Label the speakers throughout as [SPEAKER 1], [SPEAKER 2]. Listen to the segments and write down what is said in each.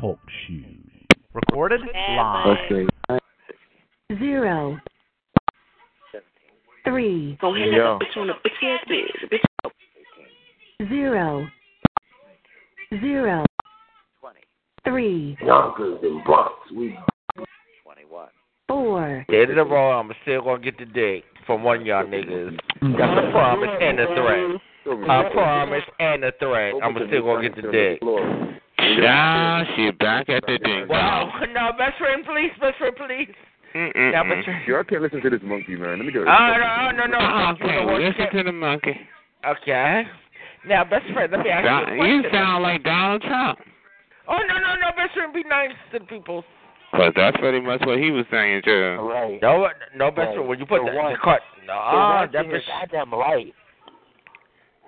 [SPEAKER 1] Talk shoes. Recorded live.
[SPEAKER 2] Okay.
[SPEAKER 3] Zero. Three.
[SPEAKER 4] Go ahead
[SPEAKER 2] Yo.
[SPEAKER 4] and put you on a bitch ass bed. Bitch,
[SPEAKER 3] Zero. Zero. Three.
[SPEAKER 5] Yonkers and Bronx. We
[SPEAKER 3] Four.
[SPEAKER 6] Dead in the row, I'm still gonna get the dick from one of y'all niggas. That's a promise and a threat.
[SPEAKER 7] Mm.
[SPEAKER 6] A promise and a threat. I'm still gonna get the dick.
[SPEAKER 2] Nah, she back at the ding
[SPEAKER 6] Wow,
[SPEAKER 2] dong.
[SPEAKER 6] Oh, no, best friend, please, best friend, please. Not best friend.
[SPEAKER 7] Yo, I can't listen to this monkey, man. Let me go.
[SPEAKER 6] Oh, no, no, no.
[SPEAKER 2] Uh-uh,
[SPEAKER 6] You know
[SPEAKER 2] Okay,
[SPEAKER 6] what?
[SPEAKER 2] listen to the monkey.
[SPEAKER 6] Okay. Now, best friend, let me ask
[SPEAKER 2] Don-
[SPEAKER 6] you a
[SPEAKER 2] You
[SPEAKER 6] question.
[SPEAKER 2] sound like Donald Trump.
[SPEAKER 6] Oh, no, no, no, best friend, be nice to people.
[SPEAKER 2] But that's pretty much what he was saying too.
[SPEAKER 5] Right.
[SPEAKER 6] No, no, best
[SPEAKER 5] Right.
[SPEAKER 6] friend, when you put
[SPEAKER 5] The
[SPEAKER 6] the,
[SPEAKER 5] one-
[SPEAKER 6] the cut. No,
[SPEAKER 5] The
[SPEAKER 6] that
[SPEAKER 5] one thing is
[SPEAKER 6] bitch.
[SPEAKER 5] goddamn right.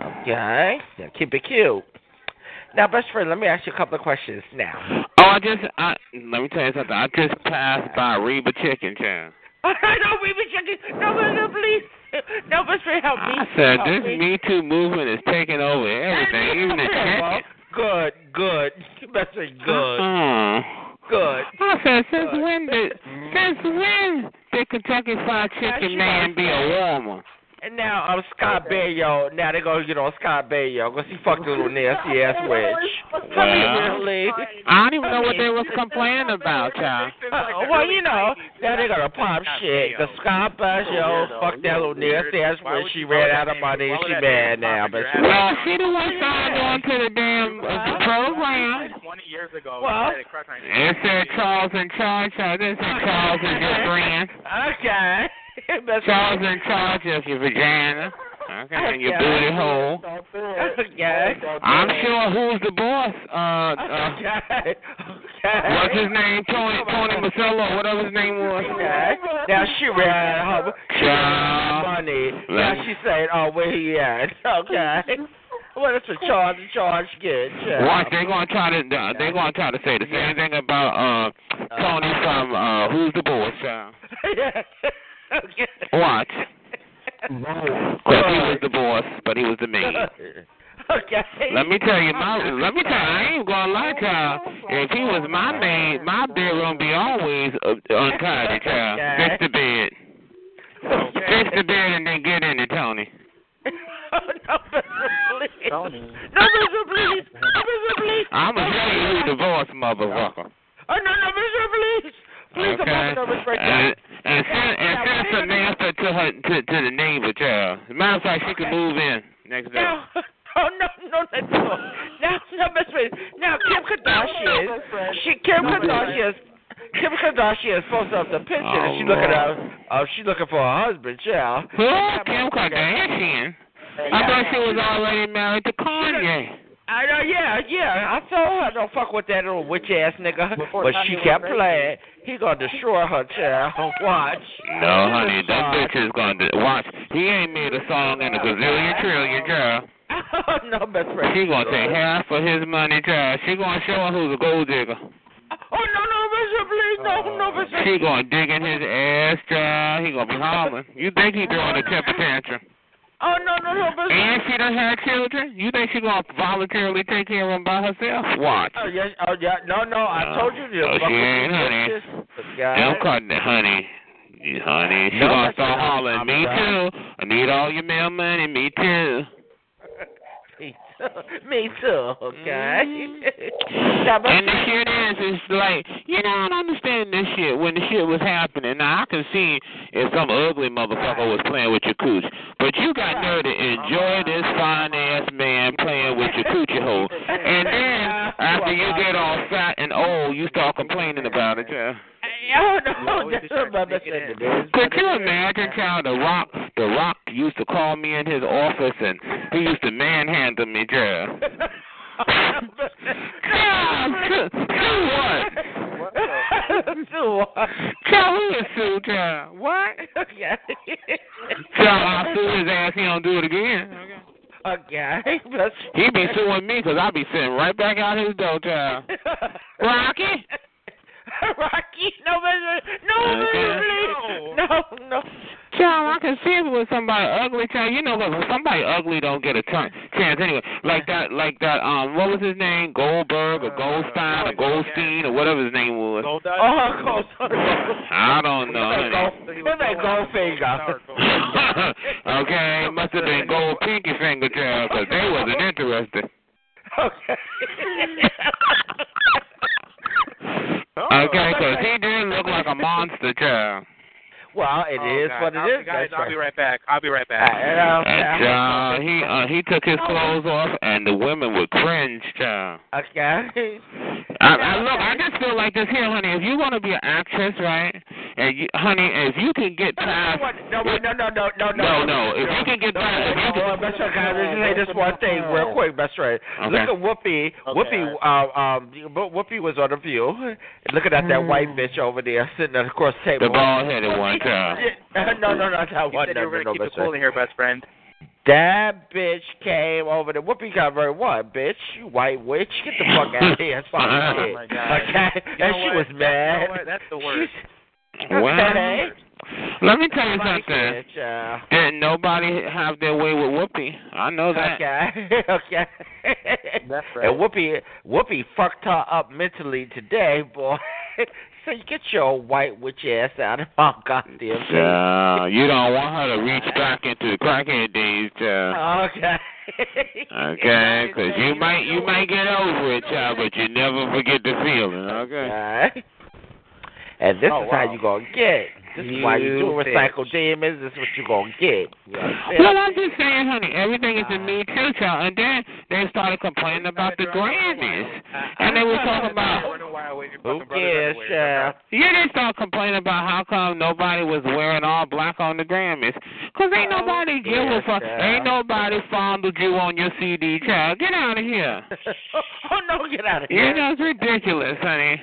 [SPEAKER 6] Okay. Now, keep it cute. Now, best friend, let me ask you a couple of questions now.
[SPEAKER 2] Oh, I just I let me tell you something. I just passed by Reba Chicken Chan.
[SPEAKER 6] no, we be checking. No, no, no, please. No, best friend, help Oh, me.
[SPEAKER 2] I said
[SPEAKER 6] help
[SPEAKER 2] this
[SPEAKER 6] me.
[SPEAKER 2] Me Too movement is taking over everything, even the
[SPEAKER 6] Well,
[SPEAKER 2] chicken.
[SPEAKER 6] Good, good. Best friend, good.
[SPEAKER 2] Uh-uh.
[SPEAKER 6] Good.
[SPEAKER 2] I said since
[SPEAKER 6] Good.
[SPEAKER 2] when did since when did Kentucky Fried Chicken man be a woman?
[SPEAKER 6] And now I'm um, Scott Baio. Now they gonna get on Scott Baio because he fucked a little nasty ass witch.
[SPEAKER 2] Well.
[SPEAKER 6] Seriously.
[SPEAKER 2] I don't even know what they was complaining about, y'all.
[SPEAKER 6] Uh, well, you know, now they gonna pop shit. The Scott Baio fucked that little nasty ass witch. She ran out of money and she mad now. But she
[SPEAKER 2] Well, she the one signed on to the damn uh, program.
[SPEAKER 6] well,
[SPEAKER 2] It said Charles in charge. So this is Charles is your friend.
[SPEAKER 6] okay. That's
[SPEAKER 2] Charles in charge of your vagina. Okay, and your
[SPEAKER 6] Okay.
[SPEAKER 2] booty hole.
[SPEAKER 6] Okay.
[SPEAKER 2] I'm sure who's the boss. Uh, uh
[SPEAKER 6] Okay.
[SPEAKER 2] what's
[SPEAKER 6] Okay.
[SPEAKER 2] his name? Tony Tony Masello, whatever his name was.
[SPEAKER 6] Okay. Now she ran out of her she ran out of
[SPEAKER 2] Child.
[SPEAKER 6] money. Now she said, "Oh, where he at?" Okay. Well, that's a charge. Charge good.
[SPEAKER 2] Watch, they're gonna try to they're gonna try to say the same thing about uh Tony from uh Who's the Boss? Child.
[SPEAKER 6] okay.
[SPEAKER 2] Watch.
[SPEAKER 6] No.
[SPEAKER 2] 'Cause he was the boss, but he was the maid.
[SPEAKER 6] okay.
[SPEAKER 2] Let me tell you, my let me tell you, I ain't gonna lie to y'all. If he was my maid, my bedroom be always uh, untidy, child. Fix the bed, fix the bed, and then get in it, Tony.
[SPEAKER 6] Oh, no, Mr. Please. No, Mr. Please. No, Mr. Please.
[SPEAKER 2] I'ma show you who the boss, motherfucker.
[SPEAKER 6] Oh, no, no, Mr. Please. Please,
[SPEAKER 2] okay.
[SPEAKER 6] I'm not nervous right now.
[SPEAKER 2] and, and send and send Samantha to her to, to the neighbor, child. Matter of fact, she can move in next day.
[SPEAKER 6] Now, oh no, no, no, no, now, no, best friend. Now, Kim Kardashian, she Kim Kardashian, Kim Kardashian is supposed to have the picture. and she
[SPEAKER 2] Oh,
[SPEAKER 6] looking
[SPEAKER 2] Lord.
[SPEAKER 6] at, uh, she looking for her husband, yeah.
[SPEAKER 2] Who? Kim Kardashian. I thought she was already married to Kanye.
[SPEAKER 6] I know, yeah, yeah. I told her don't fuck with that little witch ass nigga, but she kept playing. He gonna destroy her, child. Watch.
[SPEAKER 2] No,
[SPEAKER 6] This
[SPEAKER 2] honey,
[SPEAKER 6] is
[SPEAKER 2] that
[SPEAKER 6] hard.
[SPEAKER 2] bitch is gonna watch. He ain't made a song in a gazillion trillion, girl.
[SPEAKER 6] Oh no, best friend.
[SPEAKER 2] She gonna take half of his money, girl. She gonna show him who's a gold digger.
[SPEAKER 6] Oh no, no, best friend, please, no, no, best friend.
[SPEAKER 2] Uh, She gonna dig in his ass, girl. He gonna be hollering. You think he throwing a temper tantrum?
[SPEAKER 6] Oh no, no, no, best friend.
[SPEAKER 2] And she done had children. You think she gonna voluntarily take care of them by herself? Watch.
[SPEAKER 6] Oh yes, oh yeah, no, no, I
[SPEAKER 2] Uh,
[SPEAKER 6] told you to
[SPEAKER 2] oh, she
[SPEAKER 6] fuck with
[SPEAKER 2] ain't,
[SPEAKER 6] these
[SPEAKER 2] honey.
[SPEAKER 6] bitches. But God,
[SPEAKER 2] Them cutting it, honey. Yeah, Honey, she
[SPEAKER 6] No,
[SPEAKER 2] gonna
[SPEAKER 6] that's
[SPEAKER 2] start
[SPEAKER 6] not-
[SPEAKER 2] hollering.
[SPEAKER 6] I'm
[SPEAKER 2] Me
[SPEAKER 6] sorry.
[SPEAKER 2] too. I need all your mail money. Me too.
[SPEAKER 6] me too, me too, okay. Now, but-
[SPEAKER 2] Mm-hmm. And the shit is, it's like you don't understand this shit. When the shit was happening, now I can see if some ugly motherfucker was playing with your cooch, but you got nerve to enjoy this fine ass man playing with your coochie hole, and then after you get all fat and old, you start complaining about it. Yeah.
[SPEAKER 6] oh, I don't know, that's what my mother said to me.
[SPEAKER 2] Could you imagine, child, The Rock The Rock used to call me in his office and he used to manhandle me, girl. God, two, two what?
[SPEAKER 6] Two one.
[SPEAKER 2] Tell who to sue, child. What?
[SPEAKER 6] Yeah.
[SPEAKER 2] Tell I sue his ass. He don't do it again.
[SPEAKER 6] Okay. That's
[SPEAKER 2] He be suing me 'cause I be sitting right back out his door, child. Rocky?
[SPEAKER 6] Rocky, no, but- no,
[SPEAKER 2] Okay.
[SPEAKER 6] please. no, no.
[SPEAKER 2] Child, I can see it with somebody ugly. Child, you know, 'cause if somebody ugly don't get a chance, chance anyway. Like that, like that. Um, what was his name? Goldberg or Uh, Goldstein or Goldstein or whatever his name was.
[SPEAKER 6] Oh, Gold-
[SPEAKER 2] I don't know. honey.
[SPEAKER 6] Gold- that Goldfinger.
[SPEAKER 2] okay, must have been Gold Pinky Finger, child, 'cause they wasn't interested.
[SPEAKER 6] Okay. Oh.
[SPEAKER 2] Okay, 'cause he did look like a monster, child.
[SPEAKER 6] well, it
[SPEAKER 8] Oh,
[SPEAKER 6] is what it is. That's right.
[SPEAKER 8] right back. I'll be right
[SPEAKER 6] Uh, and, um,
[SPEAKER 2] And uh, he uh, he took his clothes off, and the women would cringe. Child.
[SPEAKER 6] Okay.
[SPEAKER 2] I, I look, I just feel like this here, honey. If you want to be an actress, right? And you, honey, if you can get past,
[SPEAKER 6] No, wait, no, no, no, no, no.
[SPEAKER 2] no, no, if you can get
[SPEAKER 6] No,
[SPEAKER 2] past, if you
[SPEAKER 6] no,
[SPEAKER 2] can,
[SPEAKER 6] no, Best Friend, can I just say this one thing real quick, Best Friend?
[SPEAKER 2] Okay.
[SPEAKER 6] Look at Whoopi. Whoopi, uh, um, Whoopi was on the View, looking at that white bitch over there sitting at the cross table.
[SPEAKER 2] the bald-headed one, child.
[SPEAKER 6] Yeah, no, no, no, that one. No, no, no, Best Friend.
[SPEAKER 8] here, best friend.
[SPEAKER 6] That bitch came over the whoopee cover. What, bitch? You white witch? Get the fuck out of here. That's fucking
[SPEAKER 2] Oh
[SPEAKER 6] shit.
[SPEAKER 8] my God.
[SPEAKER 6] Okay?
[SPEAKER 8] You
[SPEAKER 6] and
[SPEAKER 8] know
[SPEAKER 6] she
[SPEAKER 8] what?
[SPEAKER 6] was
[SPEAKER 8] You know
[SPEAKER 6] mad.
[SPEAKER 8] what? That's the worst.
[SPEAKER 6] She's-
[SPEAKER 2] Well,
[SPEAKER 6] Okay.
[SPEAKER 2] let me tell you
[SPEAKER 6] Like
[SPEAKER 2] something.
[SPEAKER 6] it, child.
[SPEAKER 2] Didn't nobody have their way with Whoopi? I know that.
[SPEAKER 6] Okay. okay.
[SPEAKER 8] That's right.
[SPEAKER 6] And Whoopi, Whoopi fucked her up mentally today, boy. so you get your white witch ass out of my goddamn face.
[SPEAKER 2] Child, you don't want her to reach back into the crackhead days, child.
[SPEAKER 6] Okay.
[SPEAKER 2] Okay, 'cause you might you might get over it, child, but you never forget the feeling. Okay.
[SPEAKER 6] Alright. And this
[SPEAKER 8] Oh,
[SPEAKER 6] is
[SPEAKER 8] wow.
[SPEAKER 6] how you gonna get. This is why you
[SPEAKER 8] You
[SPEAKER 6] do recycle
[SPEAKER 8] bitch.
[SPEAKER 6] demons. This is what you gonna get.
[SPEAKER 2] Well, I'm just saying, honey, everything is a me too, child. And then they started complaining about the Grammys, and they were talking about
[SPEAKER 6] Who cares, child?
[SPEAKER 2] yeah, they started complaining about how come nobody was wearing all black on the Grammys. 'Cause ain't nobody give a fuck. Ain't nobody fondled you on your CD, child. Get out of here.
[SPEAKER 6] oh no, get out of here.
[SPEAKER 2] You know it's ridiculous, honey.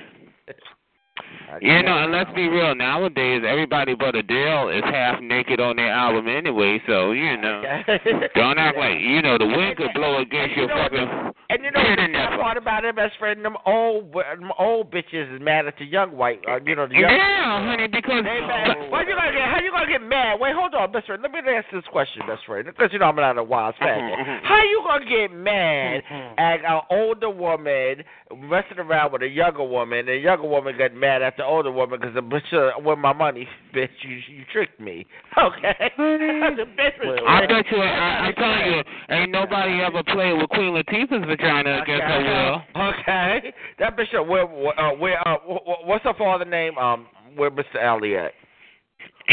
[SPEAKER 2] You know, and let's be real. Nowadays, everybody but Adele is half naked on their album anyway. So you know. Don't act like you know the wind could blow against your fucking.
[SPEAKER 6] And you know
[SPEAKER 2] Fair
[SPEAKER 6] what the
[SPEAKER 2] enough.
[SPEAKER 6] bad part about it, best friend? Them old, them old bitches is mad at the young white. Uh, you know the young.
[SPEAKER 2] Yeah, honey, because
[SPEAKER 6] They mad. Why you gonna get? How you gonna get mad? Wait, hold on, best friend. Let me ask this question, best friend, because you know I'm not a wild faggot. How you gonna get mad at an older woman messing around with a younger woman, and the younger woman got mad at the older woman because the bitch uh, with my money, bitch, you you tricked me. Okay. the bitch was
[SPEAKER 2] I bet you, I, I'm telling you, ain't nobody ever played with Queen Latifah's vagina against her will.
[SPEAKER 6] Okay. That bitch, where, where, uh, where, uh, wh- wh- what's her father name? Um, where Mr. Alley at?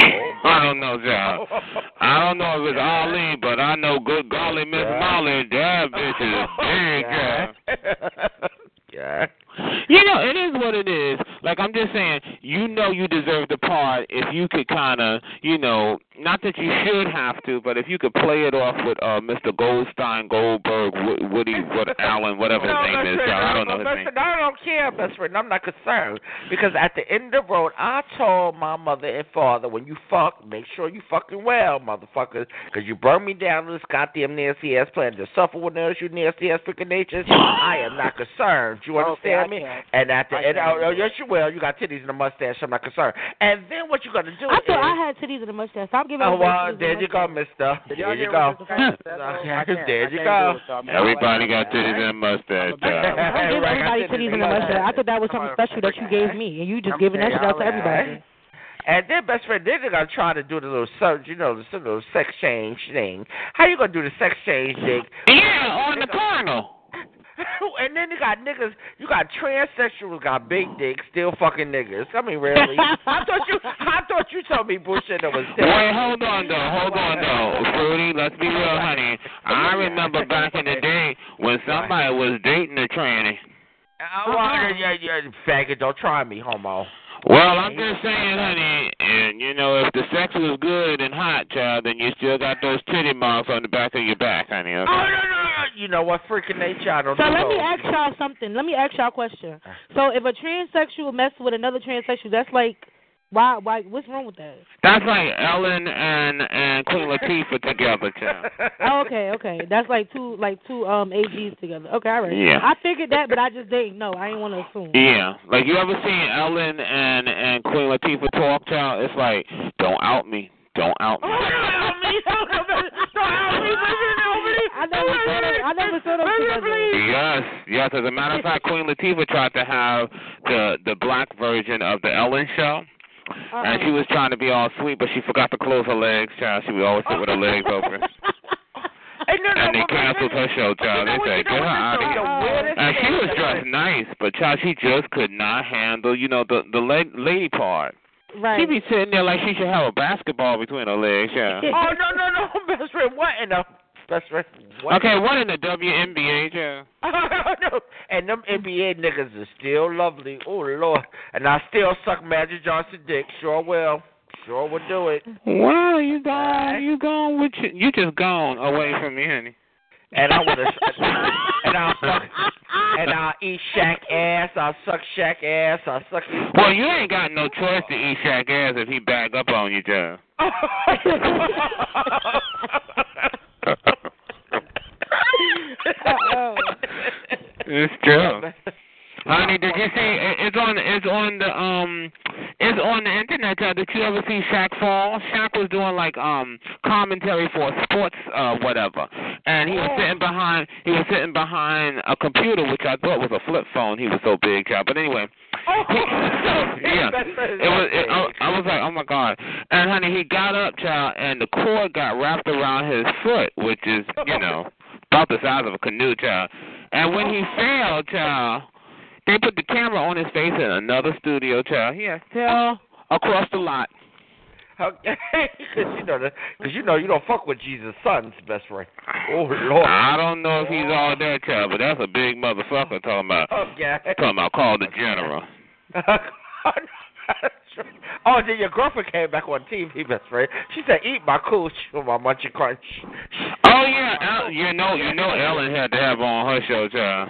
[SPEAKER 6] Oh,
[SPEAKER 2] I don't know, John. I don't know if it's Ali, but I know good golly Miss Molly, that bitch
[SPEAKER 6] Oh,
[SPEAKER 2] is a big girl.
[SPEAKER 6] yeah.
[SPEAKER 2] You know, it is what it is. Like I'm just saying, you know, you deserve the part if you could kind of, you know, not that you should have to, but if you could play it off with uh Mr. Goldstein, Goldberg, Wo- Woody, what Allen, whatever his
[SPEAKER 6] No,
[SPEAKER 2] name is.
[SPEAKER 6] listen,
[SPEAKER 2] John. I don't know
[SPEAKER 6] listen,
[SPEAKER 2] his name.
[SPEAKER 6] I don't care, best friend. I'm not concerned because at the end of the road, I told my mother and father, when you fuck, make sure you fucking well, motherfuckers, because you burn me down to this goddamn nasty ass plan to suffer with those you nasty ass freaking natures. I am not concerned. You understand me? And at the end, oh, oh, yes, you will. You got titties and a mustache. I'm not concerned. And then what you gonna do
[SPEAKER 9] I
[SPEAKER 6] is?
[SPEAKER 9] thought I had titties and a mustache. Stop giving
[SPEAKER 6] oh
[SPEAKER 9] away titties
[SPEAKER 6] well,
[SPEAKER 9] and
[SPEAKER 6] there you go,
[SPEAKER 9] mustache.
[SPEAKER 6] Mister. There you go. There you go.
[SPEAKER 2] Everybody got titties and a mustache. John.
[SPEAKER 9] I don't give
[SPEAKER 6] Right, I
[SPEAKER 9] everybody
[SPEAKER 6] said it.
[SPEAKER 9] titties and a mustache. I thought that was something special that you gave me, and you just giving that shit out to everybody.
[SPEAKER 6] And their best friend, then they're gonna try to do the little sub, you know, the some little sex change thing. How you gonna do the sex change thing?
[SPEAKER 2] Yeah, on the carnal.
[SPEAKER 6] and then you got niggas, you got transsexuals, got big dicks, still fucking niggas. I mean, really? I thought you, I thought you told me bullshit that was
[SPEAKER 2] Wait,
[SPEAKER 6] dead.
[SPEAKER 2] hold on though, hold on though, Fruity. Let's be real, honey. I remember back in the day when somebody was dating a tranny.
[SPEAKER 6] Oh, I, well, yeah, yeah, yeah, faggot, don't try me, homo.
[SPEAKER 2] Well, I'm just saying, honey, and you know, if the sex was good and hot, child, then you still got those titty marks on the back of your back, honey. Okay?
[SPEAKER 6] Oh, no, no, no. You know what? Freaking nature. I don't
[SPEAKER 9] So
[SPEAKER 6] know.
[SPEAKER 9] let me ask y'all something. Let me ask y'all a question. So if a transsexual messes with another transsexual, that's like, why? Why? What's wrong with that?
[SPEAKER 2] That's like Ellen and and Queen Latifah together, child.
[SPEAKER 9] oh, okay, okay. That's like two, like two um AGs together. Okay, all right.
[SPEAKER 2] Yeah.
[SPEAKER 9] I figured that, but I just didn't know. I didn't want to assume.
[SPEAKER 2] Yeah, like you ever seen Ellen and and Queen Latifah talk, child? It's like, don't out me, don't out me.
[SPEAKER 9] I never saw them. I never saw them together.
[SPEAKER 2] Yes, yes. As a matter of fact, Queen Latifah tried to have the the black version of the Ellen show, and she was trying to be all sweet, but she forgot to close her legs, child. She would always sit with her legs
[SPEAKER 6] Oh.
[SPEAKER 2] open, and they canceled her show, child. They said, get her out of here.
[SPEAKER 9] Oh,
[SPEAKER 2] And she was dressed nice, but child, she just could not handle, you know, the the la- lady part.
[SPEAKER 9] Right.
[SPEAKER 2] She be sitting there like she should have a basketball between her legs, yeah.
[SPEAKER 6] Oh no no no, best friend. What in the best friend? What?
[SPEAKER 2] Okay, what in the WNBA, yeah?
[SPEAKER 6] Oh, no. And them NBA niggas is still lovely. Oh lord, and I still suck Magic Johnson dick. Sure will. Sure will do it.
[SPEAKER 2] Wow, you gone, you gone with you, you just gone away from me, honey.
[SPEAKER 6] And I would have, and I'll suck, and I'll eat Shaq ass. I'll suck Shaq ass. I'll suck.
[SPEAKER 2] Well, you ain't got no choice to eat Shaq ass if he back up on you, John.
[SPEAKER 9] Uh-oh.
[SPEAKER 2] It's true. Honey, did you see? it- It's on. It's on the um. It's on the internet. Child. Did you ever see Shaq fall? Shaq was doing like um commentary for sports uh whatever, and he was sitting behind. He was sitting behind a computer, which I thought was a flip phone. He was so big, child. But anyway, yeah. It was. It, I, I was like, oh my god. And honey, he got up, child, and the cord got wrapped around his foot, which is you know about the size of a canoe, child. And when
[SPEAKER 6] Oh.
[SPEAKER 2] he fell, child, they put the camera on his face in another studio, child. He had fell across the lot.
[SPEAKER 6] Because you know, because you know, you don't fuck with Jesus' son's best friend. Oh lord.
[SPEAKER 2] I don't know if he's all there, child, but that's a big motherfucker talking about
[SPEAKER 6] Okay.
[SPEAKER 2] talking about call the general.
[SPEAKER 6] oh, then your girlfriend came back on TV, best friend. She said, "Eat my cooch or my munchy crunch."
[SPEAKER 2] Oh yeah, El- you know, you know, Ellen had to have her on her show, child.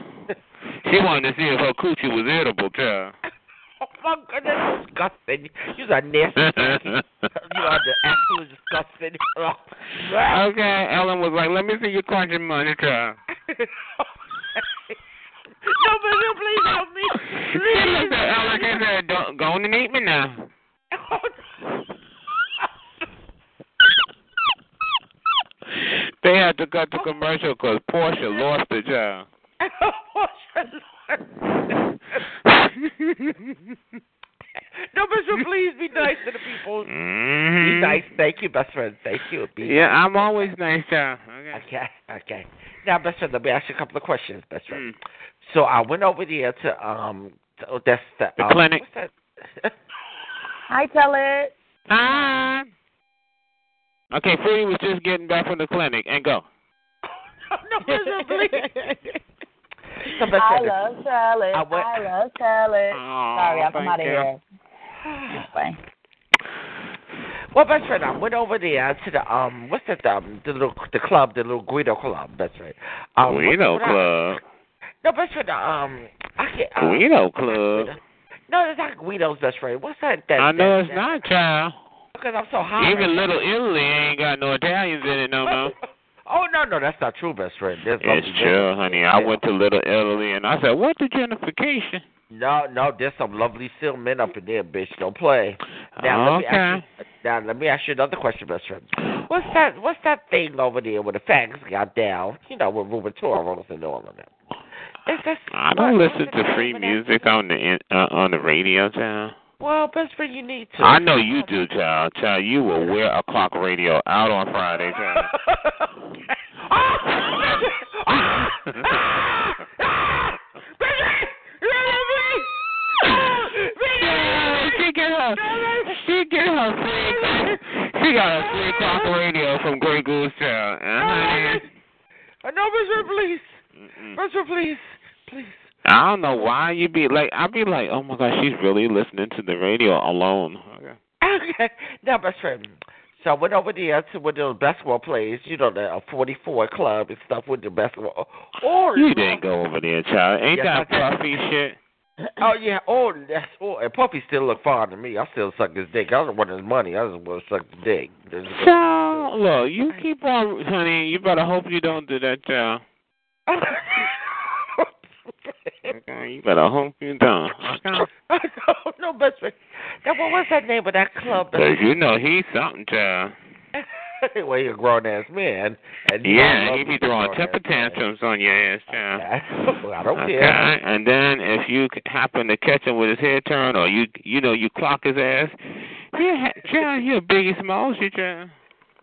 [SPEAKER 2] She wanted to see if her coochie was edible, child.
[SPEAKER 6] Oh my goodness, disgusting! You are nasty. you are the absolute disgusting.
[SPEAKER 2] okay, Ellen was like, "Let me see your crunchy money, child."
[SPEAKER 6] no, but no, please help me.
[SPEAKER 2] She looked at Ellen and said, "Don't go on and eat me now."
[SPEAKER 6] Oh,
[SPEAKER 2] They had to cut the commercial 'cause Portia lost it, child.
[SPEAKER 6] no, best friend, please be nice to the people. Be
[SPEAKER 2] Mm-hmm.
[SPEAKER 6] nice. Thank you, best friend. Thank you. Be
[SPEAKER 2] Yeah, I'm always nice, child. Okay.
[SPEAKER 6] Okay, okay. Now, best friend, let me ask you a couple of questions, best
[SPEAKER 2] Mm.
[SPEAKER 6] friend. So I went over there to um, to, oh, that's the,
[SPEAKER 2] The
[SPEAKER 6] um,
[SPEAKER 2] clinic.
[SPEAKER 6] what's that?
[SPEAKER 10] Hi, tell it.
[SPEAKER 2] Hi. Okay, Freddie was just getting back from the clinic, and go.
[SPEAKER 6] no, best friend, please. So, best
[SPEAKER 10] I
[SPEAKER 6] friend,
[SPEAKER 10] love Charlotte.
[SPEAKER 6] I went-
[SPEAKER 10] I love Charlotte.
[SPEAKER 2] Aw,
[SPEAKER 10] Sorry, I'm
[SPEAKER 2] thank
[SPEAKER 10] out of
[SPEAKER 2] you.
[SPEAKER 10] here. Bye.
[SPEAKER 6] well, best friend, I went over there to the um, what's that? Um, the little the club, the little Guido club, best friend. Um, what-
[SPEAKER 2] Guido
[SPEAKER 6] what I-
[SPEAKER 2] Club.
[SPEAKER 6] no, best friend. Um, I can't. Um,
[SPEAKER 2] Guido Club.
[SPEAKER 6] No, it's not Guido's best friend. What's that? that
[SPEAKER 2] I know
[SPEAKER 6] that-
[SPEAKER 2] it's
[SPEAKER 6] that-
[SPEAKER 2] not, child.
[SPEAKER 6] because I'm so hot.
[SPEAKER 2] Even Little Italy ain't got no Italians in it no more.
[SPEAKER 6] Oh no, no, that's not true, best friend. There's
[SPEAKER 2] It's
[SPEAKER 6] lovely
[SPEAKER 2] true,
[SPEAKER 6] women.
[SPEAKER 2] honey. I went to Little Italy and I said, "What the gentrification?"
[SPEAKER 6] No, no, there's some lovely still men up in there, bitch. Don't play. Now let me ask
[SPEAKER 2] Okay.
[SPEAKER 6] you, now let me ask you another question, best friend. What's that what's that thing over there where the fags got down? You know, with Rubatoros and all of that. Is that
[SPEAKER 2] I don't
[SPEAKER 6] what-
[SPEAKER 2] listen
[SPEAKER 6] what's the
[SPEAKER 2] to free
[SPEAKER 6] name of that?
[SPEAKER 2] music on the in, uh, on the radio, child.
[SPEAKER 6] Well, best friend you need to
[SPEAKER 2] I know you do, child. Child, you will wear a clock radio out on Friday, child. Yeah, she get her, she get her free, she got her free clock radio from Grey Goose, Uh-huh. child. And honey,
[SPEAKER 6] No, best friend, Mm. please. Best friend, please. Please.
[SPEAKER 2] I don't know why you be like I be like, oh my god, she's really listening to the radio alone.
[SPEAKER 6] Okay. Now, best friend. So I went over there to where the basketball plays, you know, the uh, 44 club and stuff with the basketball. uh, Or
[SPEAKER 2] You didn't go over there, child. Ain't
[SPEAKER 6] Yes,
[SPEAKER 2] that
[SPEAKER 6] I did.
[SPEAKER 2] puffy shit?
[SPEAKER 6] Oh yeah, oh that's oh, and Puffy still look fine to me. I still suck his dick. I don't want his money. I just want to suck the dick. There's a-
[SPEAKER 2] So look, you keep on, honey. You better hope you don't do that, child. Okay, you better hope you don't.
[SPEAKER 6] I don't know, Oh, best friend. Now what was that name of that club?
[SPEAKER 2] Cause you know he's something, child.
[SPEAKER 6] well, he's a grown ass man. And
[SPEAKER 2] Yeah,
[SPEAKER 6] I
[SPEAKER 2] he be
[SPEAKER 6] love
[SPEAKER 2] throwing
[SPEAKER 6] grown-ass
[SPEAKER 2] temper tantrums on your ass, child.
[SPEAKER 6] man. Well, I don't care.
[SPEAKER 2] Okay, and then if you c- happen to catch him with his head turned, or you you know you clock his ass, yeah, child, you a biggie smalls, you child.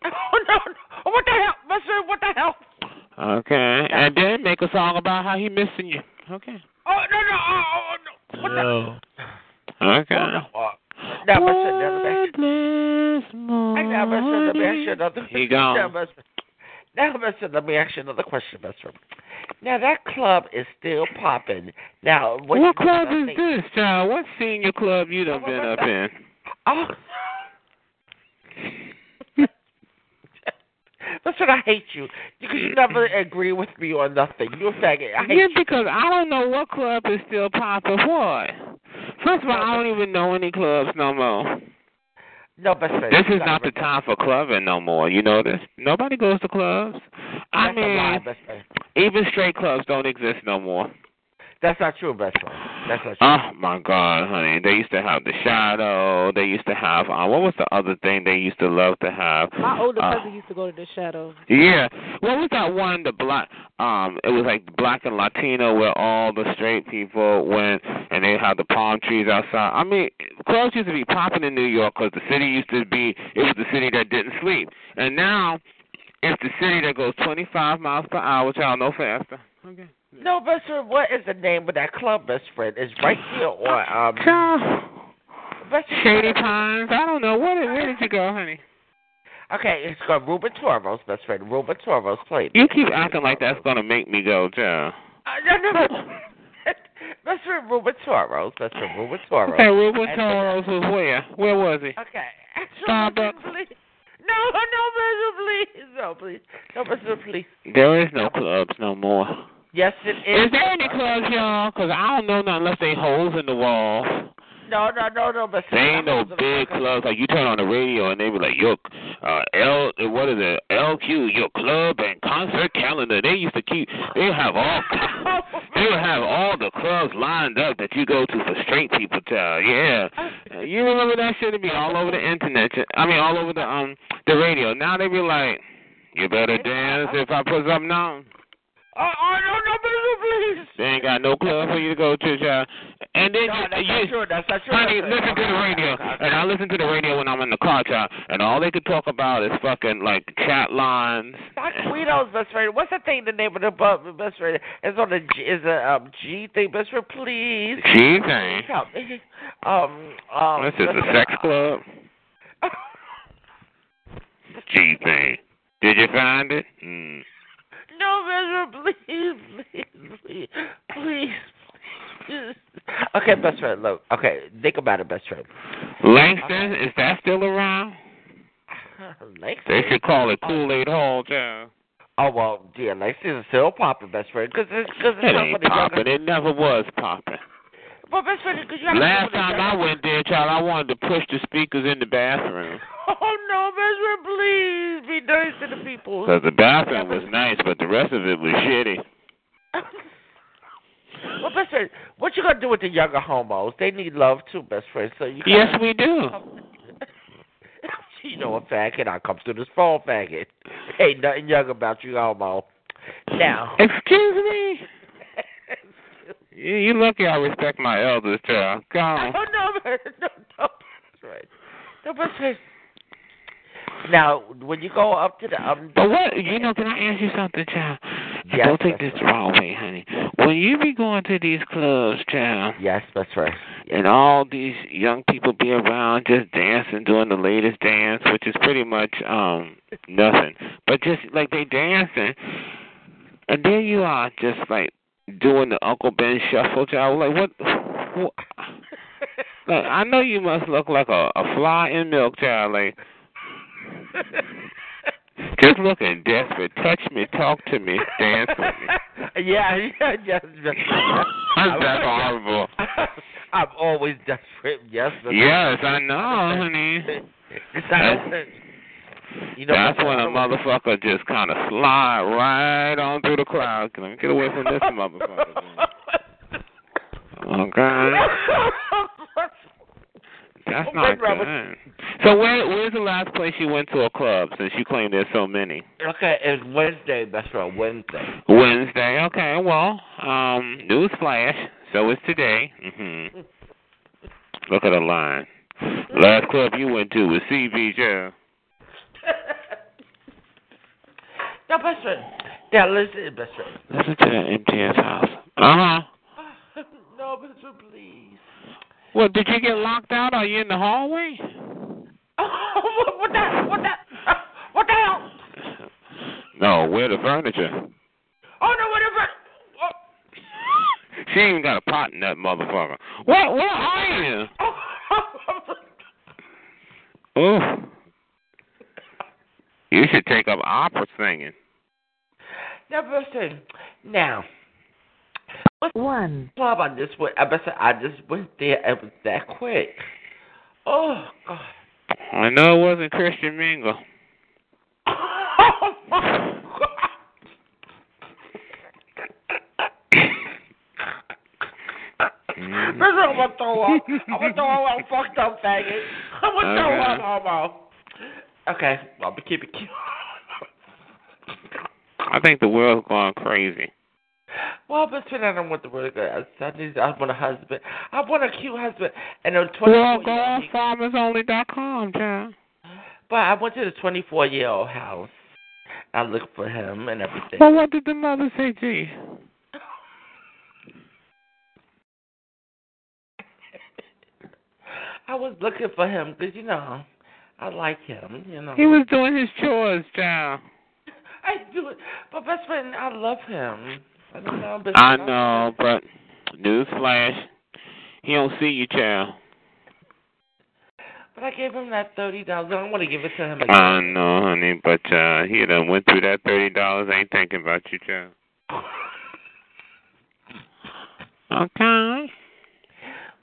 [SPEAKER 6] Oh no, no! Oh, what the hell, best friend? What the hell?
[SPEAKER 2] Okay, and then make a song about how he missing you. Okay.
[SPEAKER 6] Oh no, no! Oh, oh no! What the?
[SPEAKER 2] Okay.
[SPEAKER 6] Oh, now, best friend, now, best I now, best friend, let me ask you another.
[SPEAKER 2] He gone.
[SPEAKER 6] Now, best friend, now, best friend, let me ask you another question, best friend. Now that club is still popping. Now, what,
[SPEAKER 2] What club is this, child? What senior club you done been up in?
[SPEAKER 6] Oh. That's what I hate you. You can never agree with me on nothing. You're a faggot. I hate
[SPEAKER 2] Yeah,
[SPEAKER 6] you.
[SPEAKER 2] because I don't know what club is still popping for. it. First of all, I don't even know any clubs no more.
[SPEAKER 6] No, best friend.
[SPEAKER 2] This
[SPEAKER 6] you
[SPEAKER 2] is
[SPEAKER 6] gotta
[SPEAKER 2] not the
[SPEAKER 6] remember-
[SPEAKER 2] time for clubbing no more. You know this. Nobody goes to clubs. I
[SPEAKER 6] That's a lie,
[SPEAKER 2] mean,
[SPEAKER 6] best friend.
[SPEAKER 2] even straight clubs don't exist no more.
[SPEAKER 6] That's not true, best friend. That's not true.
[SPEAKER 2] Oh my God, honey! They used to have the shadow. They used to have uh, what was the other thing they used to love to have?
[SPEAKER 9] My older
[SPEAKER 2] Uh,
[SPEAKER 9] cousin used to go to the shadow.
[SPEAKER 2] Yeah. What was that one? The black. Um, it was like black and Latino, where all the straight people went, and they had the palm trees outside. I mean, clubs used to be popping in New York because the city used to be. It was the city that didn't sleep, and now it's the city that goes 25 miles per hour, child, no faster. Okay.
[SPEAKER 6] No, best friend. What is the name of that club, best friend? It's right here on um.
[SPEAKER 2] Child,
[SPEAKER 6] Best friend-
[SPEAKER 2] Shady Pines. I don't know what. Where did you go, honey?
[SPEAKER 6] Okay, it's called Ruben Torvo's best friend. Ruben Torvo's played.
[SPEAKER 2] You keep acting like that's gonna make me go, child.
[SPEAKER 6] Uh, no, no, no. best friend Ruben Torvo's best friend Ruben Torvo's.
[SPEAKER 2] Okay, Ruben
[SPEAKER 6] And-
[SPEAKER 2] Torres was where? Where was he?
[SPEAKER 6] Okay.
[SPEAKER 2] Starbucks.
[SPEAKER 6] Please. No, no, Bishop, please. No, please. No, Bishop, please.
[SPEAKER 2] There is no clubs no more.
[SPEAKER 6] Yes, it is.
[SPEAKER 2] Is there any clubs, y'all? 'Cause I don't know nothing unless they holes in the wall.
[SPEAKER 6] No, no, no, no, Bishop.
[SPEAKER 2] There ain't no big clubs. Like you turn on the radio and they be like, "Your uh, L, what is it? LQ, your club and concert calendar." They used to keep. They have all. They would have all the clubs lined up that you go to for straight people. Tell yeah. You remember that shit? It'd be all over the internet. I mean, all over the um the radio. Now they be like, "You better dance if I put something on."
[SPEAKER 6] Oh, oh, no, no, Bishop, please.
[SPEAKER 2] They ain't got no club for you to go to, child. And then
[SPEAKER 6] No,
[SPEAKER 2] you-
[SPEAKER 6] that's
[SPEAKER 2] you,
[SPEAKER 6] not true. That's not true.
[SPEAKER 2] honey,
[SPEAKER 6] That's not
[SPEAKER 2] listen to
[SPEAKER 6] true.
[SPEAKER 2] the radio. And I listen to the radio when I'm in the car, child. And all they could talk about is fucking like chat lines.
[SPEAKER 6] Doc Guido's best friend. What's the thing? The name of the bu- best friend It's on the G, is a um, G thing. Best friend, please.
[SPEAKER 2] G thing.
[SPEAKER 6] Help me. Um, um.
[SPEAKER 2] This is a sex club. G thing. Did you find it? Mm.
[SPEAKER 6] No, Bishop, please, please, please, please. Okay, best friend. Look, okay, think about it, best friend.
[SPEAKER 2] Langston, is that still around?
[SPEAKER 6] Langston.
[SPEAKER 2] They should call it Kool Aid Hall, child.
[SPEAKER 6] Oh well, yeah, Langston's still popping, best friend, because it's because
[SPEAKER 2] It
[SPEAKER 6] it's not
[SPEAKER 2] ain't
[SPEAKER 6] for the younger-
[SPEAKER 2] popping. It never was popping.
[SPEAKER 6] Well, best friend, because you have
[SPEAKER 2] Last
[SPEAKER 6] to go to
[SPEAKER 2] time
[SPEAKER 6] the
[SPEAKER 2] I
[SPEAKER 6] younger-
[SPEAKER 2] went there, child, I wanted to push the speakers in the bathroom.
[SPEAKER 6] Oh no, best friend, please be nice to the people.
[SPEAKER 2] Because the bathroom was nice, but the rest of it was shitty.
[SPEAKER 6] Well, best friend, what you gonna do with the younger homos? They need love too, best friend. So you
[SPEAKER 2] Yes, we do.
[SPEAKER 6] you know a faggot. I come through this phone, faggot. Ain't nothing young about you, homo. Now,
[SPEAKER 2] Excuse me? You, you lucky I respect my elders, child. Go
[SPEAKER 6] oh
[SPEAKER 2] on.
[SPEAKER 6] no, man, no, no, best friend, no, best friend. Now, when you go up to the um,
[SPEAKER 2] But what, you know, can I ask you something, child? And
[SPEAKER 6] Yes,
[SPEAKER 2] Don't take
[SPEAKER 6] that's
[SPEAKER 2] this the wrong way, honey. When you be going to these clubs, child,
[SPEAKER 6] yes, that's right.
[SPEAKER 2] and all these young people be around just dancing, doing the latest dance, which is pretty much um nothing, but just like they dancing, and there you are, just like doing the Uncle Ben shuffle job. Like what? what? Look, I know you must look like a, a fly in milk, child. Like just looking desperate. Touch me, talk to me, dance with me.
[SPEAKER 6] yeah, yeah, yes, yes.
[SPEAKER 2] That's horrible.
[SPEAKER 6] I'm always desperate. Yes, but-
[SPEAKER 2] Yes, I know, honey.
[SPEAKER 6] It's not- you know,
[SPEAKER 2] That's when a motherfucker just kind of slide right on through the crowd. Can I get away from this motherfucker? Okay, that's
[SPEAKER 6] Oh, my
[SPEAKER 2] not
[SPEAKER 6] brother.
[SPEAKER 2] good. So where where's the last place you went to a club since you claim there's so many?
[SPEAKER 6] Okay, it's Wednesday. That's right, Wednesday.
[SPEAKER 2] Wednesday. Okay, well, um, news flash. So it's today. hmm Look at the line. Last club you went to was CBJ.
[SPEAKER 6] Now, best friend. Now, listen, best friend.
[SPEAKER 2] Listen to that MTS house. Uh huh.
[SPEAKER 6] No, best friend, please.
[SPEAKER 2] Well, did you get locked out? Are you in the hallway?
[SPEAKER 6] what, what the? What the? What the hell?
[SPEAKER 2] No, where the furniture?
[SPEAKER 6] Oh no, whatever.
[SPEAKER 2] She ain't got a pot in that motherfucker. What? Where are you?
[SPEAKER 6] Oh,
[SPEAKER 2] Ooh. You should take up opera singing.
[SPEAKER 6] Now, best friend. Now. What's One. Club, I just went. I best friend, I just went there. It was that quick. Oh God.
[SPEAKER 2] I know it wasn't Christian Mingle.
[SPEAKER 6] Oh my God.
[SPEAKER 2] Mm.
[SPEAKER 6] Best friend, I'm gonna throw up. I'm gonna throw up. I'm fucked up, faggot. I'm gonna throw up, homo. Okay, I'll be keeping.
[SPEAKER 2] I think the world's going crazy.
[SPEAKER 6] Well, but then I don't want the word. I, I need. I want a husband. I want a cute husband. And on twenty.
[SPEAKER 2] Well, go on farmersonly.com, child.
[SPEAKER 6] But I went to the twenty-four year old house. I looked for him and everything.
[SPEAKER 2] Well, what did the mother say to you?
[SPEAKER 6] I was looking for him because you know I like him. You know.
[SPEAKER 2] He was doing his chores, child.
[SPEAKER 6] I do it. My best friend. I love him. I don't know. But
[SPEAKER 2] I know, but newsflash, he don't see you, child.
[SPEAKER 6] But I gave him that thirty dollars. I don't want to give it to him again.
[SPEAKER 2] I know, Uh, honey, but uh, he done went through that thirty dollars. Ain't thinking about you, child. Okay.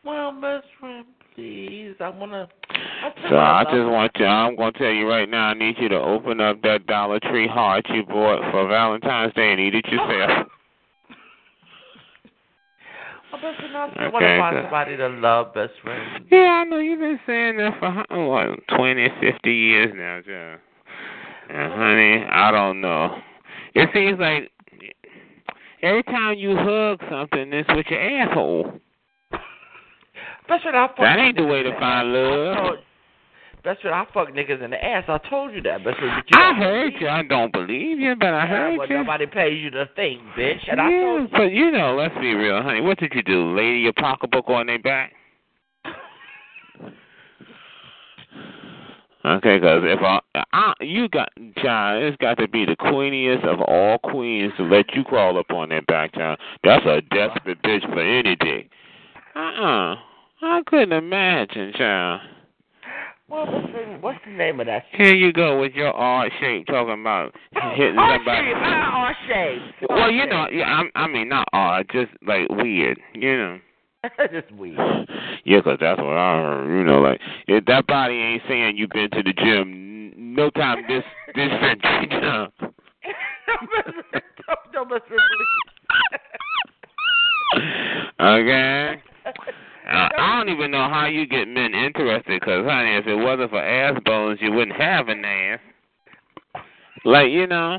[SPEAKER 6] Well, best friend, please. I wanna. I tell
[SPEAKER 2] So
[SPEAKER 6] him
[SPEAKER 2] I
[SPEAKER 6] love
[SPEAKER 2] just
[SPEAKER 6] him.
[SPEAKER 2] want you. I'm gonna tell you right now. I need you to open up that Dollar Tree heart you bought for Valentine's Day and eat it yourself.
[SPEAKER 6] My best friend, I
[SPEAKER 2] Okay,
[SPEAKER 6] want to find
[SPEAKER 2] good.
[SPEAKER 6] somebody to love, best friend.
[SPEAKER 2] Yeah, I know you've been saying that for how- what, twenty, fifty years now, John. And Uh, honey, I don't know. It seems like every time you hug something, it's with your asshole.
[SPEAKER 6] Best friend, I fuck
[SPEAKER 2] That ain't the
[SPEAKER 6] niggas
[SPEAKER 2] way
[SPEAKER 6] in
[SPEAKER 2] to
[SPEAKER 6] ass.
[SPEAKER 2] find
[SPEAKER 6] I
[SPEAKER 2] love.
[SPEAKER 6] told- Best friend, I fuck niggas in the ass. I told you that, best friend. But you
[SPEAKER 2] I
[SPEAKER 6] don't
[SPEAKER 2] heard
[SPEAKER 6] believe
[SPEAKER 2] you. I don't believe you, but I
[SPEAKER 6] me.
[SPEAKER 2] heard
[SPEAKER 6] well,
[SPEAKER 2] you.
[SPEAKER 6] nobody pays you the thing, bitch. And I told
[SPEAKER 2] Yeah, but you know, let's be real, honey. What did you do? Lay your pocketbook on their back? Okay, 'cause if I, I, you got, child, it's got to be the queeniest of all queens to let you crawl up on their back, child. That's a desperate bitch for any dick. Uh-uh. I couldn't imagine, child.
[SPEAKER 6] Well, what's the, what's the name of that?
[SPEAKER 2] Here you go with your odd shape talking about hitting
[SPEAKER 6] R
[SPEAKER 2] somebody.
[SPEAKER 6] shape, ah, R shape.
[SPEAKER 2] Well, you know, yeah, I, I mean, not odd, just like weird, you know.
[SPEAKER 6] That's weird.
[SPEAKER 2] Yeah, 'cause that's what I heard. You know, like if that body ain't saying you been to the gym n- no time this this century. no.
[SPEAKER 6] Don't- don't mess with
[SPEAKER 2] okay.
[SPEAKER 6] me.
[SPEAKER 2] I I don't even know how you get men interested 'cause honey, if it wasn't for ass bones, you wouldn't have an ass. Like you know,